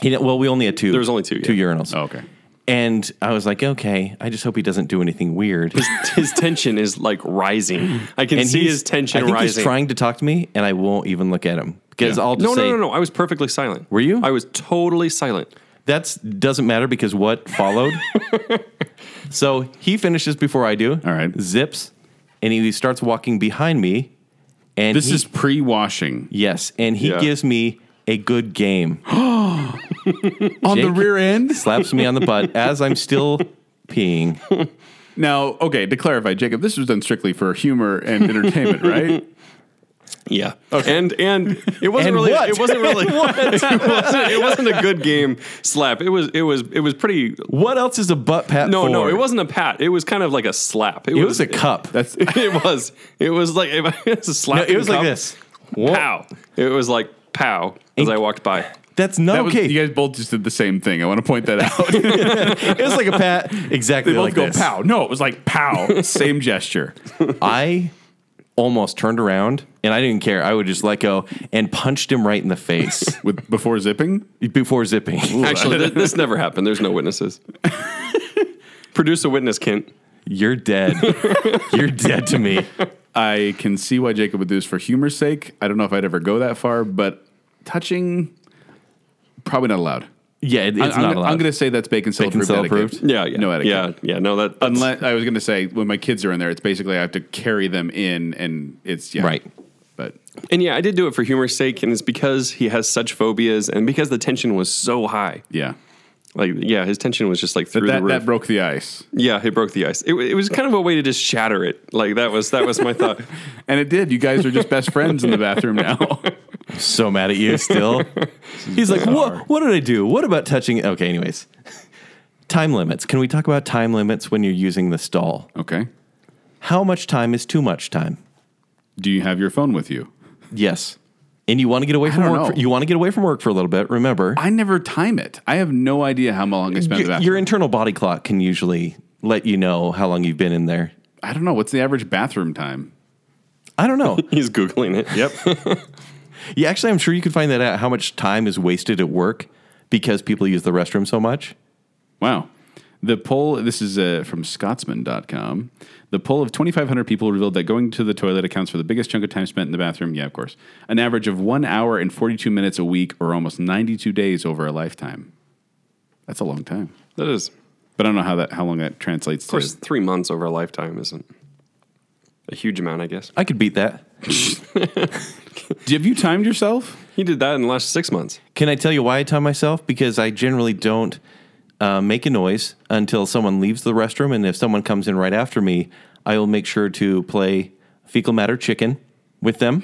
S2: He didn't- well, we only had two.
S1: There was only two,
S2: two
S1: yeah.
S2: urinals.
S3: Oh, okay.
S2: And I was like, okay, I just hope he doesn't do anything weird.
S1: His tension is like rising. I can see
S2: he's-
S1: his tension
S2: I think
S1: rising.
S2: he's trying to talk to me, and I won't even look at him because I'll just
S1: no,
S2: say
S1: no, no, no. I was perfectly silent.
S2: Were you?
S1: I was totally silent.
S2: that's doesn't matter because what followed. so he finishes before I do.
S3: All right.
S2: zips, and he starts walking behind me. And
S3: This
S2: he-
S3: is pre washing.
S2: yes, and he
S1: Yeah.
S2: gives me a good game.
S3: on the
S2: Jake-
S3: rear end.
S2: Slaps me on the butt as I'm still peeing.
S3: Now, okay, to clarify, Jacob, this was done strictly for humor and entertainment, right?
S1: Yeah. And and it wasn't
S2: And
S1: really
S2: what?
S1: it wasn't really it, wasn't, it wasn't a good game slap. It was it was it was pretty
S2: What else is a butt pat?
S1: No,
S2: for?
S1: no, it wasn't a pat. It was kind of like a slap.
S2: It was a cup.
S3: That's
S1: It was. It was like it was a slap.
S2: No, it
S1: and
S2: was like
S1: cup.
S2: this.
S1: Pow. It was like pow as I walked by.
S2: That's not
S3: that was,
S2: okay.
S3: You guys both just did the same thing. I want to point that out. they
S2: it was like a pat. Exactly
S3: both
S2: like
S3: go
S2: this.
S3: pow. No, it was like pow. same gesture.
S2: I almost turned around and I didn't care. I would just let go and punched him right in the face
S3: With before zipping?
S2: before zipping.
S1: Actually, th- this never happened. There's no witnesses. Produce a witness, Kent.
S2: You're dead. You're dead to me.
S3: I can see why Jacob would do this for humor's sake. I don't know if I'd ever go that far, but touching probably not allowed.
S2: Yeah, it, it's
S3: I'm,
S2: not
S3: I'm,
S2: allowed.
S3: going to say that's bacon cell
S2: Bacon
S3: approved.
S2: cell
S3: etiquette.
S2: approved?
S1: Yeah, yeah,
S3: No etiquette.
S1: yeah, yeah. No, that that's-
S3: Unless I was going to say when my kids are in there, it's basically I have to carry them in, and it's yeah,
S2: Right.
S3: But
S1: and yeah, I did do it for humor's sake, and it's because he has such phobias, and because the tension was so high.
S3: yeah,
S1: Like, yeah, his tension was just like through the
S3: that
S1: roof.
S3: that broke the ice,
S1: yeah, it broke the ice. It, wa- it was kind of a way to just shatter it. Like that was that was my thought.
S3: and it did. You guys are just best friends in the bathroom now.
S2: so mad at you still. He's like, what? What did I do? What about touching? Okay, anyways. Time limits. Can we talk about time limits when you're using the stall?
S3: okay.
S2: How much time is too much time?
S3: Do you have your phone with you?
S2: Yes. And you want to get away from
S3: don't
S2: work.
S3: know.
S2: For, you want to get away from work for a little bit. Remember,
S3: I never time it. I have no idea how long I spent in the
S2: your,
S3: bathroom.
S2: your internal body clock can usually let you know how long you've been in there.
S3: I don't know what's the average bathroom time.
S2: I don't know.
S1: He's googling it.
S3: Yep.
S2: Yeah, actually, I'm sure you could find that out. How much time is wasted at work because people use the restroom so much?
S3: wow. The poll, this is uh, from Scotsman.com. The poll of 2,500 people revealed that going to the toilet accounts for the biggest chunk of time spent in the bathroom. Yeah, of course. An average of one hour and 42 minutes a week, or almost 92 days over a lifetime. That's a long time.
S1: That is, of
S3: But I don't know how that how long that translates to.
S1: course, three months over a lifetime isn't a huge amount, I guess.
S2: I could beat that.
S3: Have you timed yourself?
S1: He did that in the last six months.
S2: Can I tell you why I time myself? Because I generally don't uh, make a noise until someone leaves the restroom, and if someone comes in right after me, I will make sure to play fecal matter chicken with them.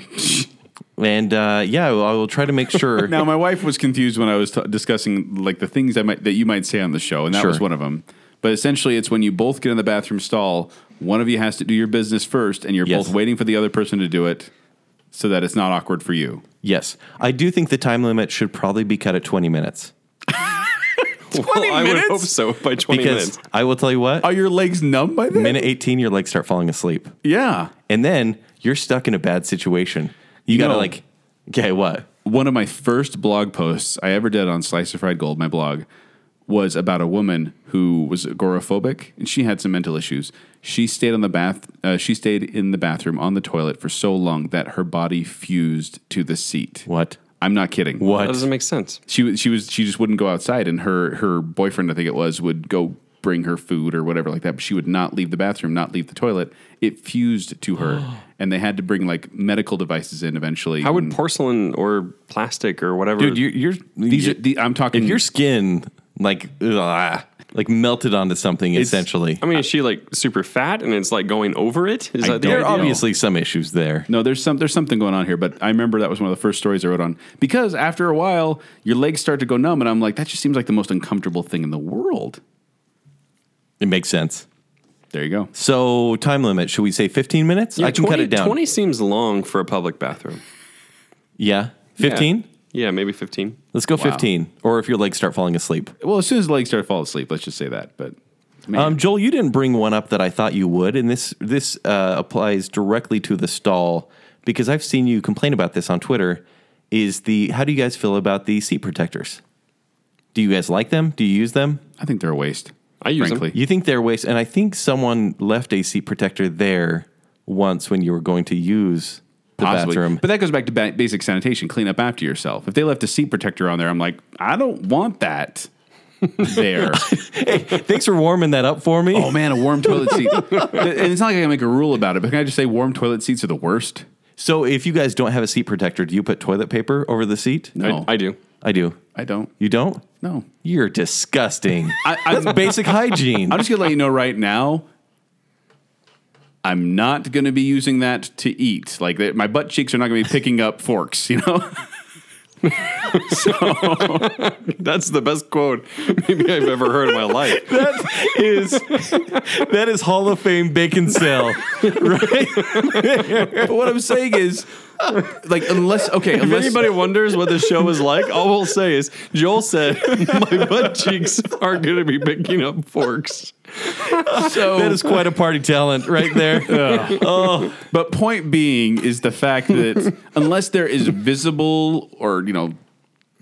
S2: and uh, yeah, I will, I will try to make sure.
S3: Now, my wife was confused when I was t- discussing like the things I might that you might say on the show, and that
S2: Sure.
S3: was one of them. But essentially, it's when you both get in the bathroom stall, one of you has to do your business first, and you're
S2: Yes.
S3: both waiting for the other person to do it, so that it's not awkward for you.
S2: Yes, I do think the time limit should probably be cut at twenty minutes.
S1: 20 I
S3: minutes?
S1: would hope so by 20
S2: Because
S1: minutes.
S2: I will tell you what,
S3: Are your legs numb by then?
S2: minute eighteen, your legs start falling asleep,
S3: Yeah.
S2: and then you're stuck in a bad situation. You gotta
S3: No.
S2: like, okay, what?
S3: One of my first blog posts I ever did on Slice of Fried Gold, my blog, was about a woman who was agoraphobic and she had some mental issues. She stayed on the bath. Uh, she stayed in the bathroom on the toilet for so long that her body fused to the seat.
S2: What?
S3: I'm not kidding.
S1: That
S2: What?
S1: doesn't make sense.
S3: She was she was she just wouldn't go outside, and her her boyfriend, I think it was, would go bring her food or whatever like that. But she would not leave the bathroom, not leave the toilet. It fused to her, and they had to bring like medical devices in eventually.
S1: How would
S3: And
S1: porcelain or plastic or whatever?
S2: Dude, you're, you're
S3: these? Are, the, I'm talking.
S2: if your skin like ugh, like melted onto something essentially
S1: I mean, is she like super fat and it's like going over it? Is that the
S2: there are
S1: idea?
S2: obviously some issues there
S3: no, there's some there's something going on here, but I remember that was one of the first stories I wrote on because after a while your legs start to go numb, and I'm like, that just seems like the most uncomfortable thing in the world.
S2: it makes sense
S3: There you go.
S2: so time limit should we say 15 minutes
S1: Yeah,
S2: i can
S1: 20,
S2: cut it down
S1: 20 seems long for a public bathroom.
S2: yeah 15
S1: Yeah, maybe 15.
S2: let's go 15 or if your legs start falling asleep
S3: Well, as soon as the legs start to fall asleep, let's just say that. But man,
S2: um, joel you didn't bring one up that i thought you would and this this uh, applies directly to the stall because i've seen you complain about this on twitter is the how do you guys feel about the seat protectors do you guys like them do you use them
S3: I think they're a waste.
S1: I use 'em.
S3: frankly.
S2: You think they're waste, and I think someone left a seat protector there once when you were going to use the
S3: Possibly.
S2: bathroom.
S3: But that goes back to ba- basic sanitation. Clean up after yourself. If they left a seat protector on there, I'm like, I don't want that there.
S2: Thanks for warming that up for me.
S3: oh man, a warm toilet seat. and it's not like I can make a rule about it, but can I just say warm toilet seats are the worst?
S2: So if you guys don't have a seat protector, do you put toilet paper over the seat?
S3: No,
S1: I, I do.
S2: I do.
S3: I don't.
S2: You don't?
S3: No.
S2: You're disgusting.
S3: I, I'm, I'm
S2: Basic hygiene.
S3: just gonna let you know right now. I'm not gonna be using that to eat. Like they- my butt cheeks are not gonna be picking up forks. You know.
S1: That's the best quote maybe I've ever heard in my life.
S2: that is that is Hall of Fame bacon sale.
S3: but what I'm saying is, like, unless okay,
S1: If
S3: unless
S1: anybody wonders what the show is like, all we'll say is Joel said my butt cheeks are going to be picking up forks.
S3: so
S2: That is quite a party talent right there.
S3: But point being is the fact that unless there is visible or you know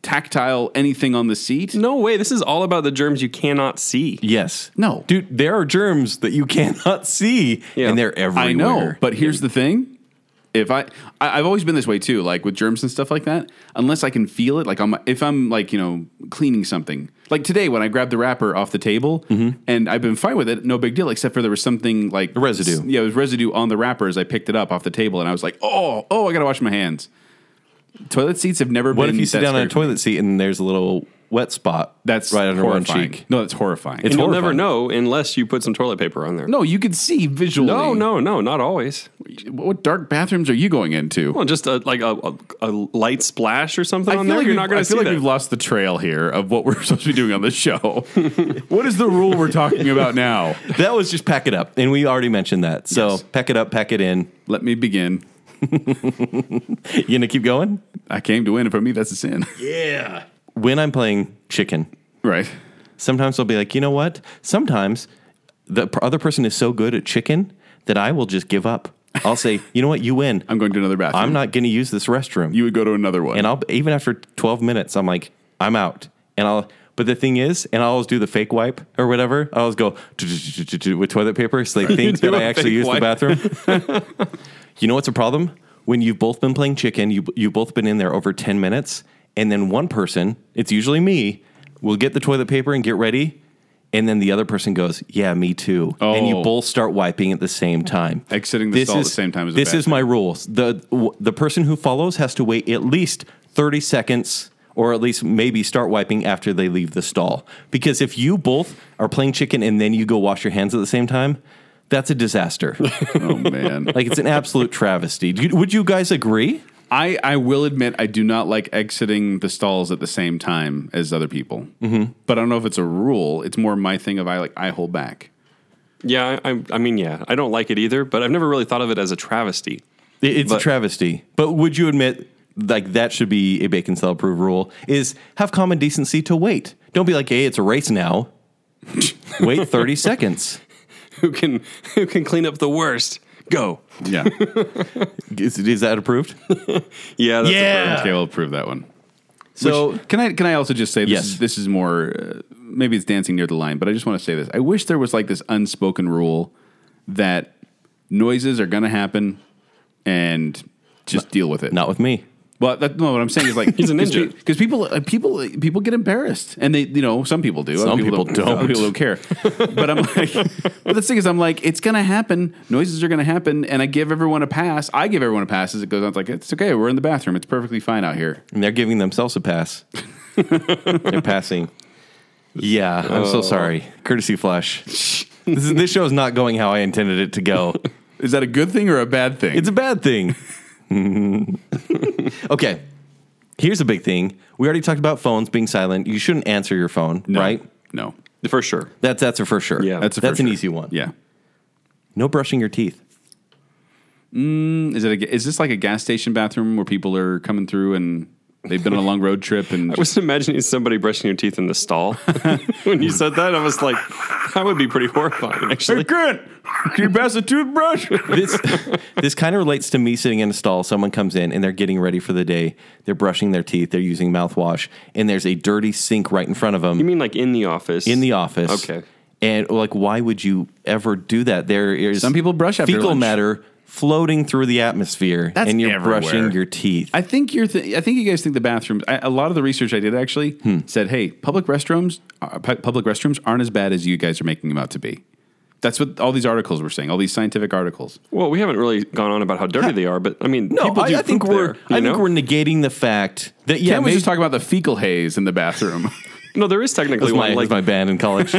S3: tactile anything on the seat,
S1: No way. This is all about the germs you cannot see.
S2: Yes.
S3: No.
S2: Dude, there are germs that you cannot see,
S1: Yeah.
S2: and they're everywhere.
S3: I know. But here's the thing: if I, I I've always been this way too, like with germs and stuff like that. Unless I can feel it, like on my, if I'm like you know cleaning something, like today when I grabbed the wrapper off the table
S2: Mm-hmm.
S3: and I've been fine with it, no big deal. Except for there was something like
S2: residue.
S3: yeah, it was residue on the wrapper as I picked it up off the table, and I was like, oh, oh, I gotta wash my hands. Toilet seats have never
S2: What
S3: been.
S2: if you sit
S3: that
S2: down on a
S3: scary for me.
S2: toilet seat and there's a little wet spot
S3: That's
S2: right under one
S3: horrifying.
S2: cheek?
S3: No, that's horrifying.
S1: And
S2: It's
S1: you'll never
S2: horrifying.
S1: know unless you put some toilet paper on there.
S3: no, you can see visually.
S1: no, no, no, not always.
S3: What, what dark bathrooms are you going into?
S1: Well, just a, like a, a, a light splash or something
S3: I
S1: on
S3: feel
S1: there.
S3: like
S1: Oh, You're
S3: we've-
S1: not going
S3: I
S1: to see
S3: feel like
S1: that.
S3: we've lost the trail here of what we're supposed to be doing on the show. what is the rule we're talking about now?
S2: That was just pack it up, and we already mentioned that. So
S3: Yes.
S2: pack it up, pack it in.
S3: Let me begin.
S2: You gonna keep going?
S3: I came to win, and for me, that's a sin.
S2: When I'm playing chicken,
S3: right.
S2: sometimes I'll be like, you know what? Sometimes the p- other person is so good at chicken that I will just give up. I'll say, you know what? You win.
S3: I'm going to another bathroom.
S2: I'm not gonna use this restroom.
S3: You would go to another one.
S2: and I'll even after 12 minutes, I'm like, I'm out, and I'll But the thing is, and I always do the fake wipe or whatever. I always go with toilet paper, so they think
S1: do
S2: that I
S1: a
S2: actually
S1: fake
S2: use the
S1: wipe.
S2: bathroom. You know what's a problem? When you've both been playing chicken, you you've both been in there over 10 minutes, and then one person, it's usually me, will get the toilet paper and get ready, and then the other person goes, "Yeah, me too." And you
S3: Oh.
S2: both start wiping at the same time.
S3: Exiting the stall at the same time is a
S2: This
S3: bad
S2: is my rules. The w- the person who follows has to wait at least 30 seconds or at least maybe start wiping after they leave the stall. Because if you both are playing chicken and then you go wash your hands at the same time, that's a disaster.
S3: Oh man.
S2: Like it's an absolute travesty. Do you- Would you guys agree?
S3: I, I will admit I do not like exiting the stalls at the same time as other people. Mm-hmm. But I don't know if it's a rule. It's more my thing of I like I hold back.
S1: Yeah, I, I- I mean, yeah, I don't like it either, but I've never really thought of it as a travesty.
S2: It- It's a
S1: But-
S2: travesty. But would you admit like that should be a bacon cell approved rule is have common decency to wait. Don't be like, hey, it's a race now. wait 30 seconds.
S1: Who can who can clean up the worst?
S2: Oh.
S1: Go.
S3: Yeah.
S2: Is, is that approved?
S1: Yeah, that's
S2: Yeah.
S3: okay, I'll approve that one.
S2: So
S3: can I can I also just say this
S2: Yes.
S3: is, this is more uh, maybe it's dancing near the line, but I just want to say this. I wish there was like this unspoken rule that noises are going to happen and just deal with it.
S2: not with me.
S3: Well, that, no, what I'm saying is like
S1: He's a ninja.
S3: because people uh, people uh, people get embarrassed, and they you know some people do,
S2: Some
S3: Other
S2: people
S3: don't,
S2: don't.
S3: Other people don't care. but I'm like, but the thing is, I'm like, it's gonna happen. Noises are gonna happen, and I give everyone a pass. I give everyone a pass as it goes on. It's like it's okay. We're in the bathroom. It's perfectly fine out here.
S2: And they're giving themselves a pass. they're passing. Yeah, I'm
S3: Oh.
S2: so sorry. Courtesy flush. this, is, this show is not going how I intended it to go.
S3: Is that a good thing or a bad thing?
S2: It's a bad thing. okay. Here's a big thing. We already talked about phones being silent. You shouldn't answer your phone,
S3: No.
S2: right?
S3: No,
S1: a- for sure.
S2: That's that's a for sure.
S1: Yeah.
S2: that's
S1: That's
S3: a for
S2: that's an
S3: sure.
S2: easy one.
S3: yeah.
S2: No brushing your teeth.
S3: Is it? A, ga- is this like a gas station bathroom where people are coming through and they've been on a long road trip and
S1: I was imagining somebody brushing your teeth in the stall. when you said that, I was like, that would be pretty horrifying, actually.
S3: Grant, can you pass a toothbrush?
S2: This this kind of relates to me sitting in a stall. Someone comes in and they're getting ready for the day. They're brushing their teeth. They're using mouthwash, and there's a dirty sink right in front of them.
S1: You mean like in the office?
S2: in the office.
S1: Okay.
S2: And like, why would you ever do that? There is
S3: Some people brush after
S2: fecal
S3: lunch.
S2: matter floating through the atmosphere,
S3: That's
S2: and you're
S3: everywhere.
S2: brushing your teeth.
S3: I think you're. Th- I think you guys think the bathrooms. I, a lot of the research I did actually said, "Hey, public restrooms, uh, pu- public restrooms aren't as bad as you guys are making them out to be." That's what all these articles were saying. All these scientific articles.
S1: Well, we haven't really gone on about how dirty they are, but I mean,
S2: no,
S1: people
S2: I,
S1: do
S2: I think
S1: poop
S2: we're.
S1: there,
S2: I
S1: you know?
S2: think we're negating the fact that yeah,
S3: Yeah, we
S2: maybe-
S3: just talk about the fecal haze in the bathroom.
S1: no, there is
S2: That
S1: technically
S2: was my,
S1: one.
S2: that was
S1: Like
S2: my band in college.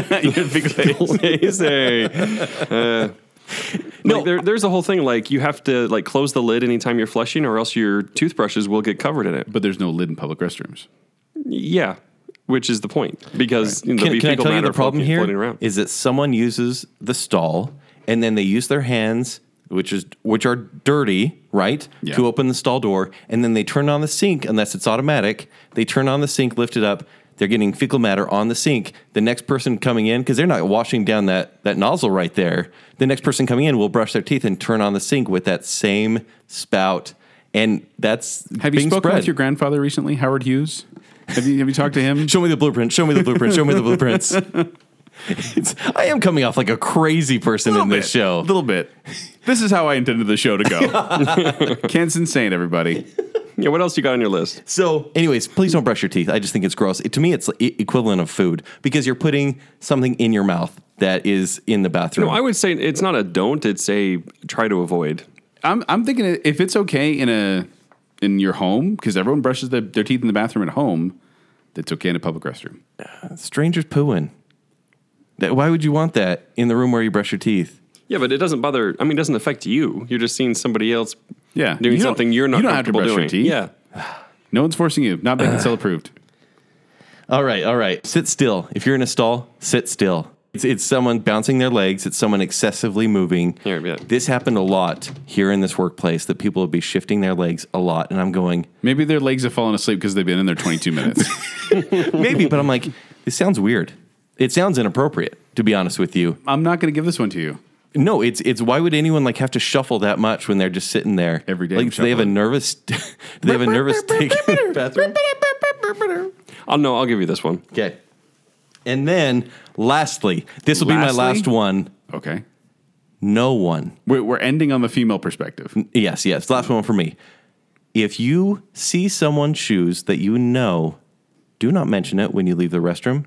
S1: no, Uh, there, there's a whole thing like you have to like close the lid anytime you're flushing, or else your toothbrushes will get covered in it.
S3: but there's no lid in public restrooms.
S1: Yeah, which is the point because you know,
S2: can,
S1: there'll be
S2: can I
S1: fecal
S2: tell you
S1: matter
S2: the problem
S1: floating, floating
S2: here
S1: around.
S2: is that someone uses the stall and then they use their hands, which is which are dirty, right,
S3: Yeah.
S2: to open the stall door, and then they turn on the sink unless it's automatic. They turn on the sink, lift it up. They're getting fecal matter on the sink. The next person coming in, because they're not washing down that, that nozzle right there, the next person coming in will brush their teeth and turn on the sink with that same spout. And that's
S3: Have you
S2: being
S3: spoken
S2: spread.
S3: with your grandfather recently, Howard Hughes? Have you Have you talked to him?
S2: Show me the blueprint. Show me the blueprint. Show me the blueprints. It's, I am coming off like a crazy person in this
S3: A
S2: show.
S3: little bit. This is how I intended the show to go. Kent's insane, everybody.
S1: Yeah, what else you got on your list?
S2: So, anyways, please don't brush your teeth. I just think it's gross. It, to me, it's e- equivalent of food because you're putting something in your mouth that is in the bathroom.
S1: No, I would say it's not a don't. It's a try to avoid.
S3: I'm I'm thinking if it's okay in a in your home because everyone brushes their, their teeth in the bathroom at home, that's okay in a public restroom.
S2: Strangers pooing. That, why would you want that in the room where you brush your teeth?
S1: Yeah, but it doesn't bother. I mean, it doesn't affect you. You're just seeing somebody else.
S3: Yeah.
S1: doing
S3: You don't-
S1: something you're not
S3: you don't have to
S1: comfortable
S3: brush your
S1: doing.
S3: teeth.
S1: Yeah,
S3: No one's forcing you. Not bacon cell approved.
S2: All right, all right. Sit still. If you're in a stall, sit still. It's, it's someone bouncing their legs. It's someone excessively moving.
S1: Here, yeah.
S2: This happened a lot here in this workplace that people would be shifting their legs a lot. And I'm going,
S3: Maybe their legs have fallen asleep because they've been in there 22 minutes.
S2: maybe, but I'm like, this sounds weird. It sounds inappropriate, to be honest with you.
S3: I'm not going to give this one to you.
S2: No, it's it's why would anyone like have to shuffle that much when they're just sitting there
S3: Every day I'm
S2: Like do they have a
S3: shuffling.
S2: nervous, do they have a nervous take in their bathroom.
S1: I'll no. I'll give you this one.
S2: Okay, And then, lastly, this will be my
S3: Lastly?
S2: last one.
S3: Okay.
S2: No one.
S3: We're, we're ending on the female perspective.
S2: Yes, yes. Last one for me. If you see someone's shoes that you know, do not mention it when you leave the restroom.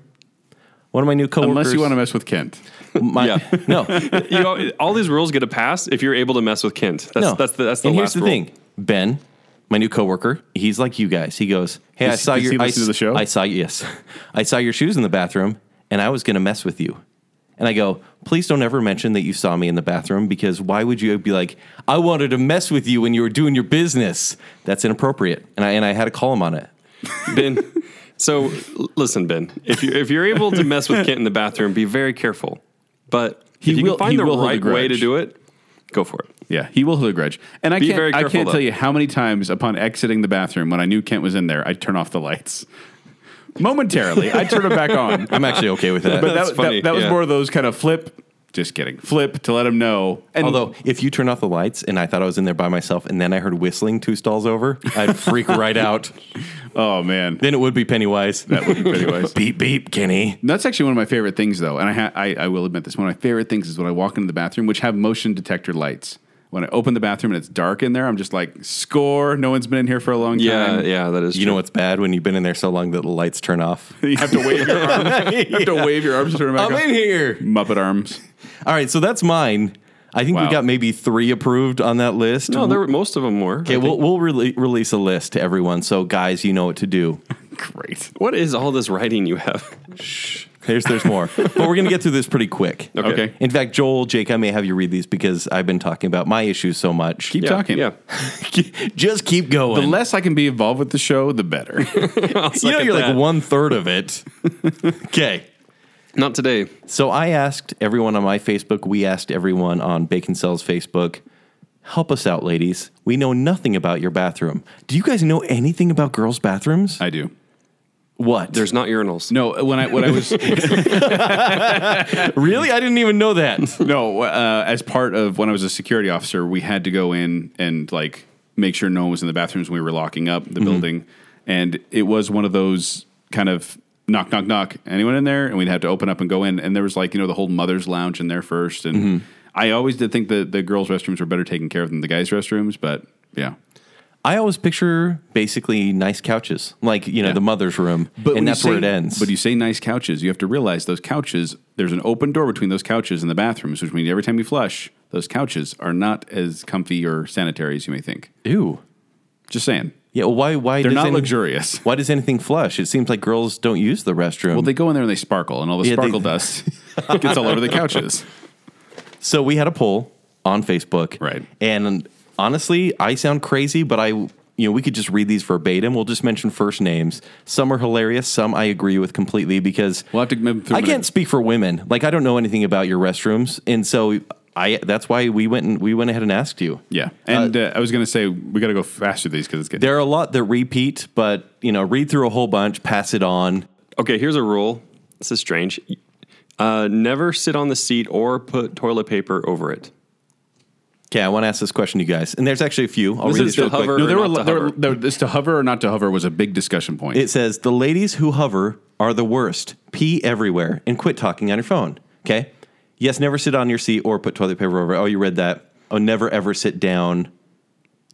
S2: One of my new coworkers.
S3: Unless you want to mess with Kent.
S2: to. My,
S1: Yeah.
S2: No,
S1: you know, all these rules get a pass if you're able to mess with Kent. That's
S2: no.
S1: that's the that's the
S2: and
S1: last
S2: here's the
S1: rule.
S2: thing, Ben, my new coworker, he's like you guys. He goes, "Hey, I
S3: Does-
S2: saw
S3: does
S2: your
S3: he
S2: I,
S3: listen to the show?
S2: I saw yes, I saw your shoes in the bathroom, and I was gonna mess with you." And I go, "Please don't ever mention that you saw me in the bathroom because why would you be like, I wanted to mess with you when you were doing your business? That's inappropriate." And I and I had to call him on it.
S1: Ben. So l- listen, Ben. If you if you're able to mess with Kent in the bathroom, be very careful. But if you
S3: will-
S1: can find
S3: he
S1: the
S3: will hold a
S1: right way to
S3: grudge.
S1: do it, go for it.
S3: Yeah, he will hold a grudge. And I
S1: Be
S3: can't,
S1: very
S3: I
S1: careful,
S3: can't tell
S1: though.
S3: you how many times upon exiting the bathroom when I knew Kent was in there, I'd turn off the lights. Momentarily, I'd turn it back on.
S2: I'm actually okay with that.
S3: But that,
S1: That's
S3: that,
S1: funny,
S3: that was
S1: yeah.
S3: more of those kind of flip. Just kidding. Flip to let him know. And
S2: Although, if you turn off the lights and I thought I was in there by myself, and then I heard whistling two stalls over, I'd freak right out.
S3: oh man,
S2: Then it would be Pennywise.
S3: that would be anyways.
S2: beep beep, Kenny.
S3: That's actually one of my favorite things, though, and I, ha- I I will admit this. One of my favorite things is when I walk into the bathroom, which have motion detector lights. When I open the bathroom and it's dark in there, I'm just like, score! No one's been in here for a long
S1: Yeah,
S3: time.
S1: yeah, that is.
S2: You know what's bad when you've been in there so long that the lights turn off?
S3: You have to wave your arms. You have to wave your arms to turn them back.
S2: I'm
S3: on.
S2: in here.
S3: Muppet arms.
S2: All right, so that's mine. I think
S3: Wow.
S2: we got maybe three approved on that list.
S1: No, there were, most of them were.
S2: okay, we'll, we'll rele release a list to everyone. So, guys, you know what to do.
S3: Great.
S1: What is all this writing you have?
S2: There's, there's more. but we're going to get through this pretty quick.
S1: Okay.
S3: Okay.
S2: In fact, Joel, Jake, I may have you read these because I've been talking about my issues so much.
S3: Keep
S1: Yeah,
S3: talking.
S1: Yeah.
S2: Just keep going.
S3: The less I can be involved with the show, the better.
S2: you know,
S1: Second
S2: you're like
S1: that.
S2: one third of it. okay.
S1: Not today.
S2: So I asked everyone on my Facebook, we asked everyone on Bacon Cells Facebook, help us out, ladies. We know nothing about your bathroom. Do you guys know anything about girls' bathrooms?
S3: I do.
S2: what?
S1: There's not urinals.
S3: No, when I when I was
S2: really? I didn't even know that.
S3: no uh, as part of when I was a security officer, we had to go in and like make sure no one was in the bathrooms when we were locking up the building, and it was one of those kind of knock knock knock anyone in there, and we'd have to open up and go in, and there was like you know the whole mothers lounge in there first, and I always did think that the girls' restrooms were better taken care of than the guys' restrooms, but yeah.
S2: I always picture basically nice couches, like, you know,
S3: Yeah.
S2: the mother's room.
S3: when
S2: and
S3: you
S2: that's where it
S3: say-
S2: ends.
S3: But you say nice couches, you have to realize those couches. There's an open door between those couches and the bathrooms, which means every time you flush, those couches are not as comfy or sanitary as you may think.
S2: Ew.
S3: Just saying,
S2: Yeah, well, why? Why
S3: they're
S2: does
S3: not
S2: any-
S3: luxurious.
S2: Why does anything flush? It seems like girls don't use the restroom.
S3: Well, they go in there and they sparkle, and all the
S2: Yeah, they-
S3: sparkle dust gets all over the couches.
S2: So we had a poll on Facebook.
S3: Right.
S2: And honestly, I sound crazy, but I you know, we could just read these verbatim. We'll just mention first names. Some are hilarious, some I agree with completely because
S3: We'll have to move through
S2: I
S3: them.
S2: can't speak for women. Like I don't know anything about your restrooms. And so I that's why we went and we went ahead and asked you.
S3: Yeah, and uh, I was going to say we got to go faster these because it's getting.
S2: There are a lot that repeat, but you know, read through a whole bunch, pass it on.
S1: Okay, here's a rule. This is strange. Uh, never sit on the seat or put toilet paper over it.
S2: Okay, I want to ask this question to you guys. And there's actually a few. I'll
S1: This
S2: read
S1: is
S2: this real
S1: the
S2: quick.
S1: hover
S3: No, there
S1: or
S3: were,
S1: not to
S3: there, were-
S1: hover.
S3: there, this to hover or not to hover was a big discussion point.
S2: It says the ladies who hover are the worst. Pee everywhere and quit talking on your phone. Okay. Yes, never sit on your seat or put toilet paper over. it. Oh, you read that. Oh, never ever sit down.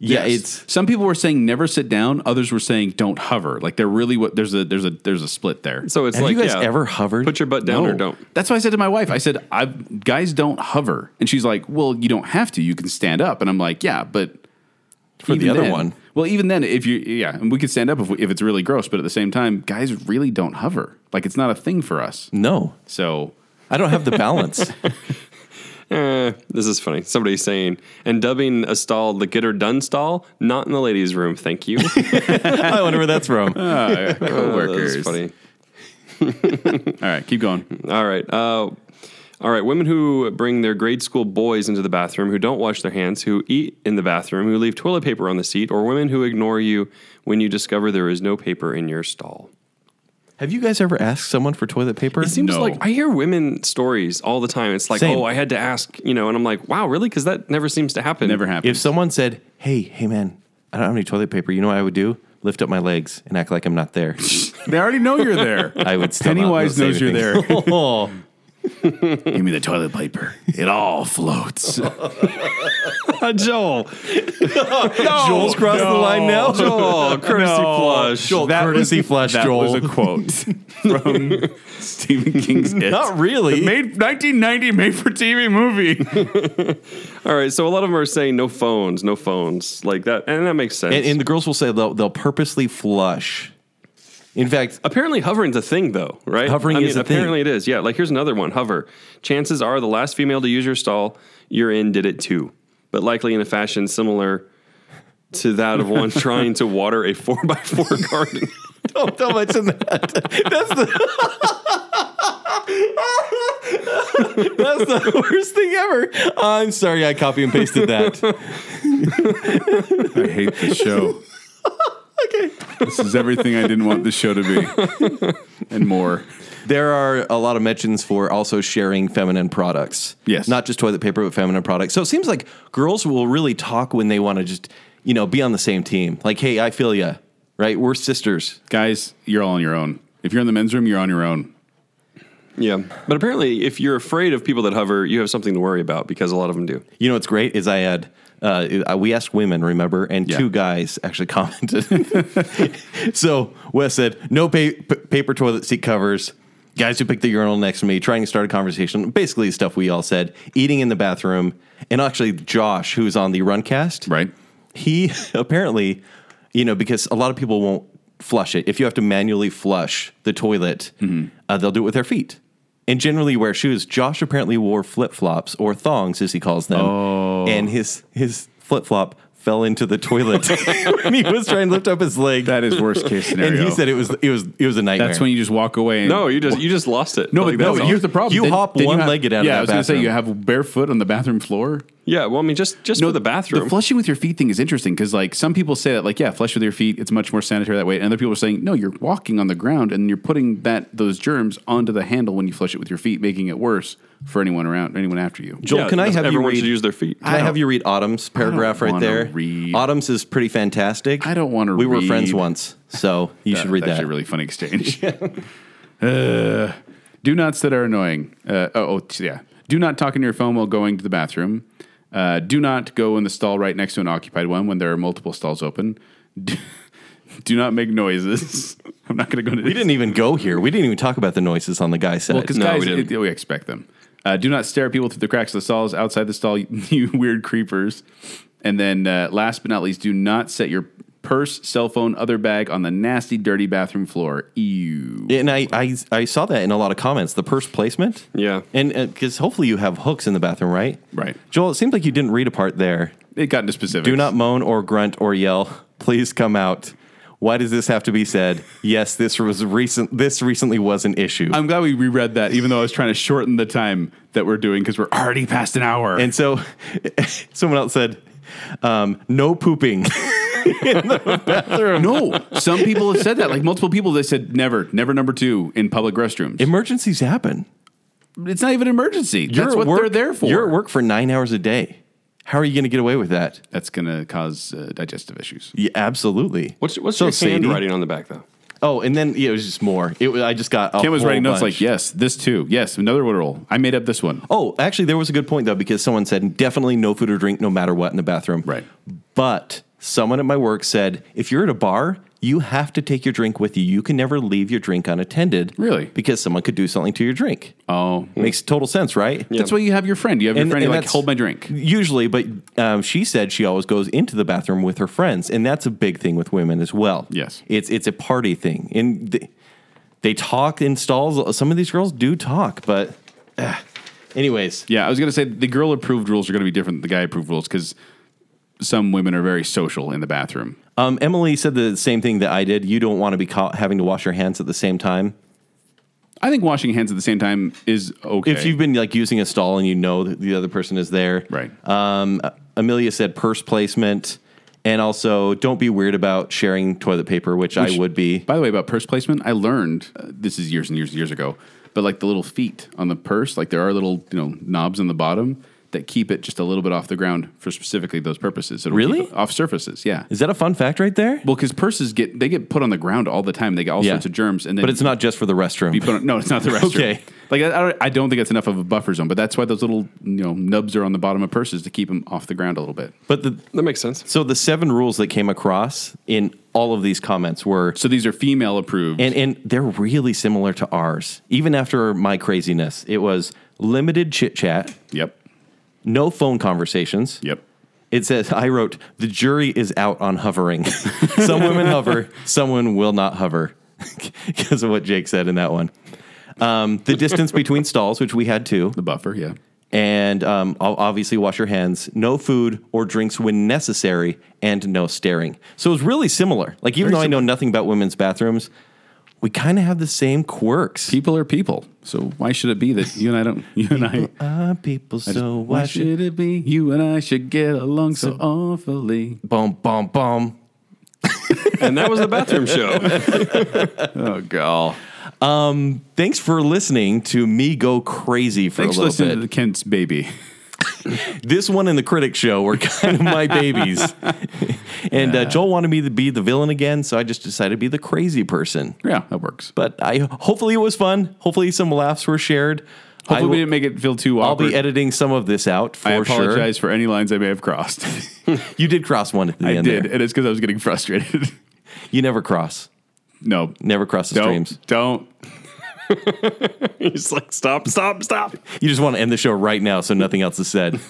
S2: Yeah,
S3: Yes.
S2: it's
S3: some people were saying never sit down, others were saying don't hover. Like they're really what there's a there's a there's a split there.
S1: So it's
S2: Have
S1: like
S2: you guys
S1: yeah,
S2: ever hovered?
S1: Put your butt down or
S3: No.
S1: don't.
S3: That's why I said to my wife, I said, I guys don't hover. And she's like, Well, you don't have to. You can stand up. And I'm like, Yeah, but
S2: For the
S3: even
S2: other
S3: then-
S2: one.
S3: Well, even then, if you yeah, and we could stand up if, we, if it's really gross, but at the same time, guys really don't hover. Like it's not a thing for us.
S2: no.
S3: So
S2: I don't have the balance.
S1: Eh, this is funny. Somebody's saying and dubbing a stall the get her done stall, not in the ladies' room. Thank you.
S2: I wonder where that's from.
S1: That's
S3: coworkers.
S1: funny.
S3: All right, keep going.
S1: All right. Uh, all right. Women who bring their grade school boys into the bathroom, who don't wash their hands, who eat in the bathroom, who leave toilet paper on the seat, or women who ignore you when you discover there is no paper in your stall.
S2: have you guys ever asked someone for toilet paper?
S1: It seems
S3: No.
S1: like I hear women stories all the time. It's like,
S2: Same.
S1: oh, I had to ask, you know, and I'm like, wow, really? Because that never seems to happen.
S3: Never happened.
S2: if someone said, "Hey, hey man, I don't have any toilet paper," you know what I would do? lift up my legs, and act like I'm not there.
S3: They already know you're there.
S2: I would still not
S3: Pennywise
S2: say
S3: knows you're there.
S2: anything. Oh.
S3: Give me the toilet paper. It all floats.
S1: Joel.
S2: Joel's crossed the line now.
S1: Oh, Joel, courtesy
S3: No.
S1: flush.
S2: Joel,
S3: That was-
S2: courtesy flush,
S3: that
S2: Joel.
S3: was a quote from Stephen King's It.
S2: Not really.
S3: The made 1990 made for TV movie.
S1: All right, so a lot of them are saying no phones, no phones, like that, and that makes sense.
S2: and, and the girls will say they'll, they'll purposely flush. In fact,
S1: Apparently, hovering's a thing, though, right?
S2: Hovering
S1: I mean,
S2: is a thing.
S1: apparently it is. Yeah. Like here's another one: hover. Chances are the last female to use your stall you're in did it too, but likely in a fashion similar to that of one trying to water a four by four garden.
S2: don't tell much in that. That's the. That's the worst thing ever. I'm sorry, I copy and pasted that.
S3: I hate this show. okay. This is everything I didn't want this show to be and more.
S2: There are a lot of mentions for also sharing feminine products.
S3: Yes.
S2: Not just toilet paper, but feminine products. So it seems like girls will really talk when they want to just, you know, be on the same team. Like, hey, I feel ya, right? We're sisters.
S3: Guys, you're all on your own. If you're in the men's room, you're on your own.
S1: yeah. But apparently, if you're afraid of people that hover, you have something to worry about because a lot of them do.
S2: You know what's great is I had, uh, I- we asked women, remember? And
S3: Yeah.
S2: two guys actually commented. so Wes said, no pa- p- paper toilet seat covers. Guys who picked the urinal next to me, trying to start a conversation. Basically, stuff we all said. Eating in the bathroom. And actually, Josh, who's on the Runcast,
S3: Right?
S2: he apparently, you know, because a lot of people won't flush it. If you have to manually flush the toilet,
S3: Mm-hmm.
S2: uh, they'll do it with their feet. And generally wear shoes. Josh apparently wore flip flops or thongs, as he calls them,
S3: Oh.
S2: and his his flip flop fell into the toilet when he was trying to lift up his leg.
S3: That is worst case scenario.
S2: and he said it was it was it was a nightmare.
S3: that's when you just walk away. And
S1: No, you just you just lost it.
S3: No,
S1: Like,
S3: but no,
S1: that's
S3: but
S1: all.
S3: here's the problem.
S2: You hop
S3: have-
S2: one-legged out of
S3: Yeah,
S2: that
S3: I was going to say
S2: bathroom.
S3: you have barefoot on the bathroom floor.
S1: yeah. Well, I mean, just just for the bathroom.
S3: The flushing with your feet thing is interesting because like some people say that like yeah, flush with your feet, it's much more sanitary that way. And other people are saying no, you're walking on the ground and you're putting that those germs onto the handle when you flush it with your feet, making it worse for anyone around anyone after you.
S2: Joel,
S1: Yeah,
S2: can I
S1: that's-
S2: have you
S1: everyone
S2: read?
S1: should use their feet.
S2: Can I, have you read Autumn's paragraph right
S3: wanna
S2: there?
S3: read.
S2: Autumn's is pretty fantastic.
S3: I don't wanna
S2: We were friends
S3: read.
S2: once, so you should
S3: Uh,
S2: read
S3: that's
S2: that.
S3: Actually, a really funny exchange. Uh, do nots that are annoying. Uh, oh, oh, t- yeah. Do not talk on your phone while going to the bathroom. Uh, do not go in the stall right next to an occupied one when there are multiple stalls open. Do, do not make noises. I'm not going to go into
S2: We didn't even go here. We didn't even talk about the noises on the guy side.
S3: because
S1: No,
S3: guys,
S1: we
S3: it-
S1: didn't.
S3: it- we expect them. Uh, do not stare at people through the cracks of the stalls outside the stall, you weird creepers. And then, uh, last but not least, do not set your purse, cell phone, other bag on the nasty, dirty bathroom floor. Ew.
S2: and I, I I saw that in a lot of comments. The purse placement.
S1: Yeah.
S2: And because hopefully you have hooks in the bathroom, right?
S3: Right.
S2: Joel, it seems like you didn't read a part there.
S3: It got into specifics.
S2: Do not moan or grunt or yell. Please come out. Why does this have to be said? Yes, this was recent. This recently was an issue.
S3: I'm glad we reread that, even though I was trying to shorten the time that we're doing because we're already past an hour.
S2: and so, someone else said, um, "No pooping."
S3: no, some people have said that. Like multiple people, they said never, never number two in public restrooms.
S2: Emergencies happen.
S3: it's not even an emergency. That's
S2: at
S3: what
S2: work-
S3: they're there for.
S2: You're at work for nine hours a day. How are you going to get away with that?
S3: That's going to cause uh, digestive issues.
S2: Yeah, absolutely.
S1: What's what's
S2: So
S1: your
S2: Sadie-
S1: handwriting on the back though?
S2: Oh, and then yeah, it was just more. It was, I just got. A
S3: Kim was
S2: whole
S3: writing notes
S2: bunch.
S3: like, yes, this too. Yes, another wood roll. I made up this one.
S2: Oh, actually, there was a good point though because someone said definitely no food or drink, no matter what, in the bathroom.
S3: Right.
S2: But someone at my work said if you're at a bar, you have to take your drink with you. You can never leave your drink unattended.
S3: Really?
S2: Because someone could do something to your drink.
S3: Oh,
S2: Makes total sense, right?
S3: that's why you have your friend. You have your
S2: And-
S3: friend.
S2: and
S3: You're like,
S2: that's-
S3: hold my drink.
S2: Usually, but um, she said she always goes into the bathroom with her friends, and that's a big thing with women as well.
S3: Yes.
S2: it's it's a party thing, and they, they talk in stalls. Some of these girls do talk, but ah. anyways,
S3: Yeah, I was gonna say the girl approved rules are gonna be different than the guy approved rules because some women are very social in the bathroom.
S2: um, Emily said the same thing that I did. You don't want to be caught having to wash your hands at the same time.
S3: I think washing hands at the same time is okay.
S2: If you've been like using a stall and you know that the other person is there,
S3: Right.
S2: Um, Amelia said purse placement, and also don't be weird about sharing toilet paper, which, I would be.
S3: By the way, about purse placement, I learned uh, this is years and years and years ago, but like the little feet on the purse, like there are little you know knobs on the bottom. that keep it just a little bit off the ground for specifically those purposes. It'll
S2: Really?
S3: keep it off surfaces, yeah.
S2: Is that a fun fact right there?
S3: Well, because purses get they get put on the ground all the time. They get all
S2: Yeah.
S3: sorts of germs, and then
S2: But it's not just for the restroom.
S3: you put on, no, it's not the restroom.
S2: Okay.
S3: like I, I don't, I don't think it's enough of a buffer zone, but that's why those little you know nubs are on the bottom of purses to keep them off the ground a little bit.
S2: But the
S1: That makes sense.
S2: so the seven rules that came across in all of these comments were
S3: So these are female approved.
S2: and and they're really similar to ours. Even after my craziness, it was limited chit chat,
S3: yep,
S2: no phone conversations.
S3: yep.
S2: It says I wrote the jury is out on hovering. some women hover, someone will not hover because of what Jake said in that one. Um, the distance between stalls, which we had too,
S3: The buffer, yeah.
S2: and um, ob- obviously wash your hands. No food or drinks when necessary, and no staring. So it was really similar. Like even
S3: Very
S2: though I know nothing about women's bathrooms, we kind of have the same quirks.
S3: People are people, so why should it be that you and I don't? You and I.
S2: Ah, people so
S3: Why
S2: wash it.
S3: should it be you and I should get along so awfully?
S2: Boom, boom, boom.
S1: And that was the bathroom show.
S3: Oh god!
S2: Thanks for listening to me go crazy for
S3: Thanks
S2: a
S3: for
S2: little
S3: listening
S2: bit.
S3: to the Kent's baby.
S2: this one and the critic show were kind of my babies. and uh, Joel wanted me to be the villain again, so I just decided to be the crazy person.
S3: Yeah, that works.
S2: But I hopefully it was fun. Hopefully some laughs were shared. I
S3: Hopefully,
S2: will-
S3: we didn't make it feel too
S2: I'll
S3: awkward.
S2: be editing some of this out for
S3: I apologize
S2: sure.
S3: for any lines I may have crossed.
S2: You did cross one at the
S3: I
S2: end.
S3: did,
S2: There.
S3: and it's because I was getting frustrated.
S2: You never cross.
S3: no,
S2: Never cross the
S3: don't,
S2: streams.
S3: don't.
S1: He's like, stop, stop, stop.
S2: You just want to end the show right now, so nothing else is said.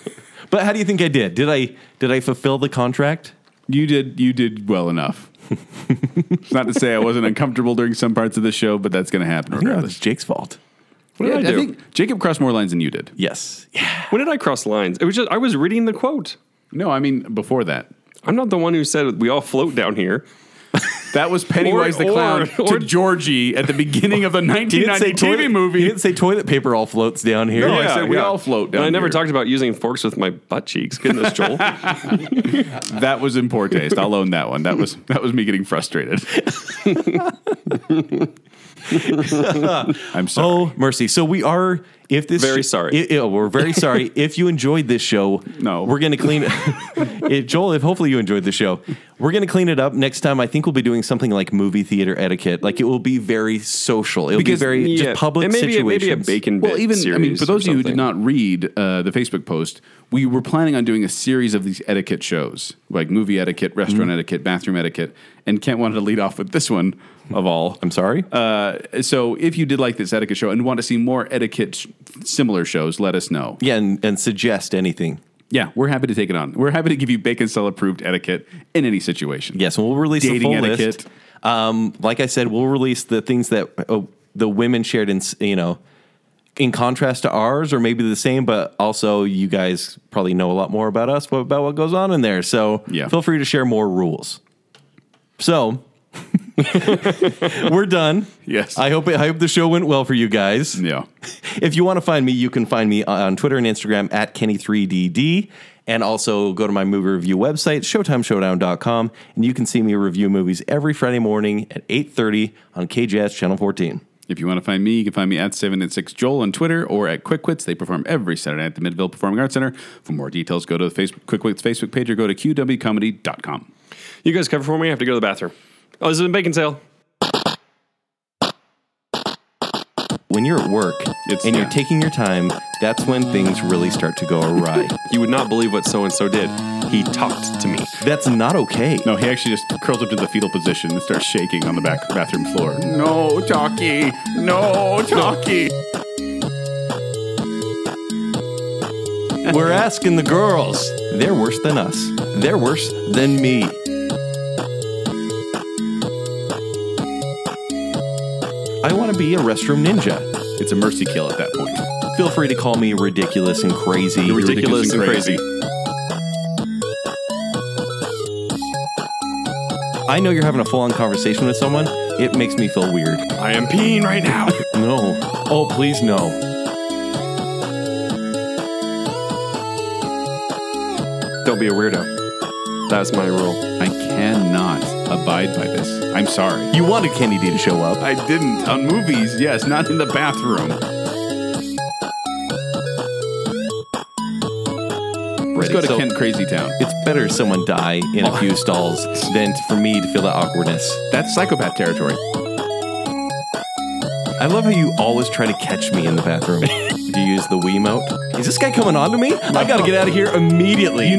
S2: but how do you think I did? Did I did I fulfill the contract?
S3: You did, you did well enough. it's not to say I wasn't uncomfortable during some parts of the show, but that's going to happen
S2: No,
S3: regardless.
S2: it's Jake's fault.
S1: What did
S3: Yeah,
S1: I do?
S3: think Jacob crossed more lines than you did.
S2: Yes. Yeah.
S1: when did I cross lines? It was just I was reading the quote.
S3: No, I mean before that.
S1: I'm not the one who said we all float down here.
S3: That was Pennywise
S1: Or-
S3: the clown
S1: or- or-
S3: to Georgie at the beginning of the
S2: He didn't
S3: 1990
S2: say
S3: TV
S2: toilet,
S3: movie.
S2: He didn't say toilet paper all floats down here.
S3: No, I said we all float down
S1: And I never
S3: here.
S1: talked about using forks with my butt cheeks. Goodness, Joel.
S3: That was in poor taste. I'll own that one. That was that was me getting frustrated. I'm sorry.
S2: Oh mercy! So we are. If this
S1: Very sorry.
S2: I- I- we're very sorry. if you enjoyed this show,
S3: No.
S2: we're going to clean. if Joel, if hopefully you enjoyed the show, we're going to clean it up next time. I think we'll be doing something like movie theater etiquette. Like it will be very social. It'll
S3: Because-
S2: be very
S1: Yeah.
S2: just public
S1: and maybe,
S2: situations.
S1: Maybe a bacon bit
S3: Well, even I mean,
S1: series
S3: for those
S1: or
S3: of you who did
S1: something.
S3: not read uh, the Facebook post, we were planning on doing a series of these etiquette shows, like movie etiquette, restaurant etiquette, bathroom etiquette, and Kent wanted to lead off with this one of all.
S2: I'm sorry.
S3: Uh, so, if you did like this etiquette show and want to see more etiquette sh- similar shows, let us know.
S2: yeah, and, and suggest anything.
S3: Yeah, we're happy to take it on. We're happy to give you bacon cell approved etiquette in any situation.
S2: Yes, and we'll release the
S3: Dating
S2: full list.
S3: etiquette.
S2: Um, like I said, we'll release the things that uh, the women shared in s- you know in contrast to ours, or maybe the same, but also you guys probably know a lot more about us what, about what goes on in there. So
S3: Yeah.
S2: feel free to share more rules. So we're done.
S3: Yes.
S2: I hope it, I hope the show went well for you guys.
S3: Yeah.
S2: If you want to find me, you can find me on Twitter and Instagram at Kenny3DD. And also go to my movie review website, ShowtimeShowdown.com, and you can see me review movies every Friday morning at 8.30 on KJS Channel 14.
S3: If you want to find me, you can find me at 7 and 6 Joel on Twitter or at Quick Quits. They perform every Saturday at the Midville Performing Arts Center. For more details, go to the Facebook, Quick Quits Facebook page or go to qwcomedy.com.
S1: you guys cover for me. I have to go to the bathroom. Oh, this has been Bacon Sale.
S2: When you're at work
S3: It's-
S2: and you're
S3: yeah.
S2: taking your time, that's when things really start to go awry.
S1: You would not believe what so and so did. He talked to me.
S2: that's not okay.
S3: No, he actually just curls up to the fetal position and starts shaking on the back bathroom floor. No, talkie. No, talkie.
S2: We're asking the girls. They're worse than us. They're worse than me. I want to be a restroom ninja.
S3: It's a mercy kill at that point.
S2: Feel free to call me ridiculous and crazy.
S1: Ridiculous and crazy.
S2: I know you're having a full on conversation with someone. It makes me feel weird.
S1: I am peeing right now.
S2: No. Oh, please, no.
S1: Don't be a weirdo. That's my rule.
S3: I cannot abide by this. I'm sorry.
S2: You wanted Kenny D to show up.
S3: I didn't. On movies, yes, not in the bathroom.
S2: Ready.
S3: Let's go to Oh.
S2: So
S3: Kent Crazy Town.
S2: It's better someone die in a few stalls than for me to feel that awkwardness.
S3: That's psychopath territory.
S2: I love how you always try to catch me in the bathroom. Do you use the Wiimote? Is this guy coming on to me? I gotta get out of here immediately.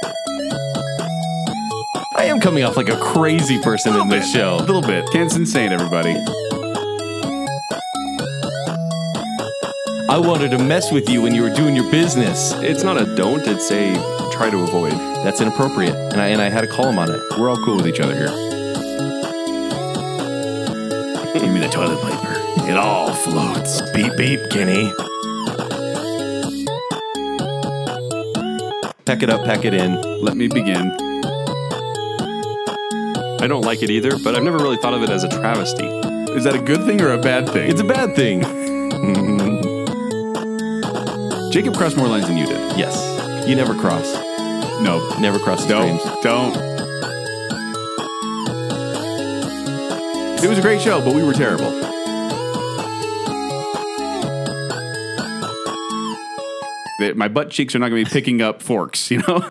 S2: I am coming off like a crazy person in this
S3: A
S2: show.
S3: little bit. Kent's insane, everybody.
S2: I wanted to mess with you when you were doing your business.
S1: It's not a don't, it's a try to avoid.
S2: That's inappropriate. And I, and I had to call him on it.
S3: We're all cool with each other here. Give me the toilet paper. It all floats.
S2: Beep, beep, Kenny. Pack it up, pack it in.
S3: Let me begin.
S1: I don't like it either, but I've never really thought of it as a travesty.
S3: Is that a good thing or a bad thing?
S2: It's a bad thing.
S3: Jacob crossed more lines than you did.
S2: Yes. You never cross.
S3: No.
S2: Never cross
S3: Don't.
S2: streams.
S3: Don't. It was a great show, but we were terrible. That- My butt cheeks are not going to be picking up forks, you know?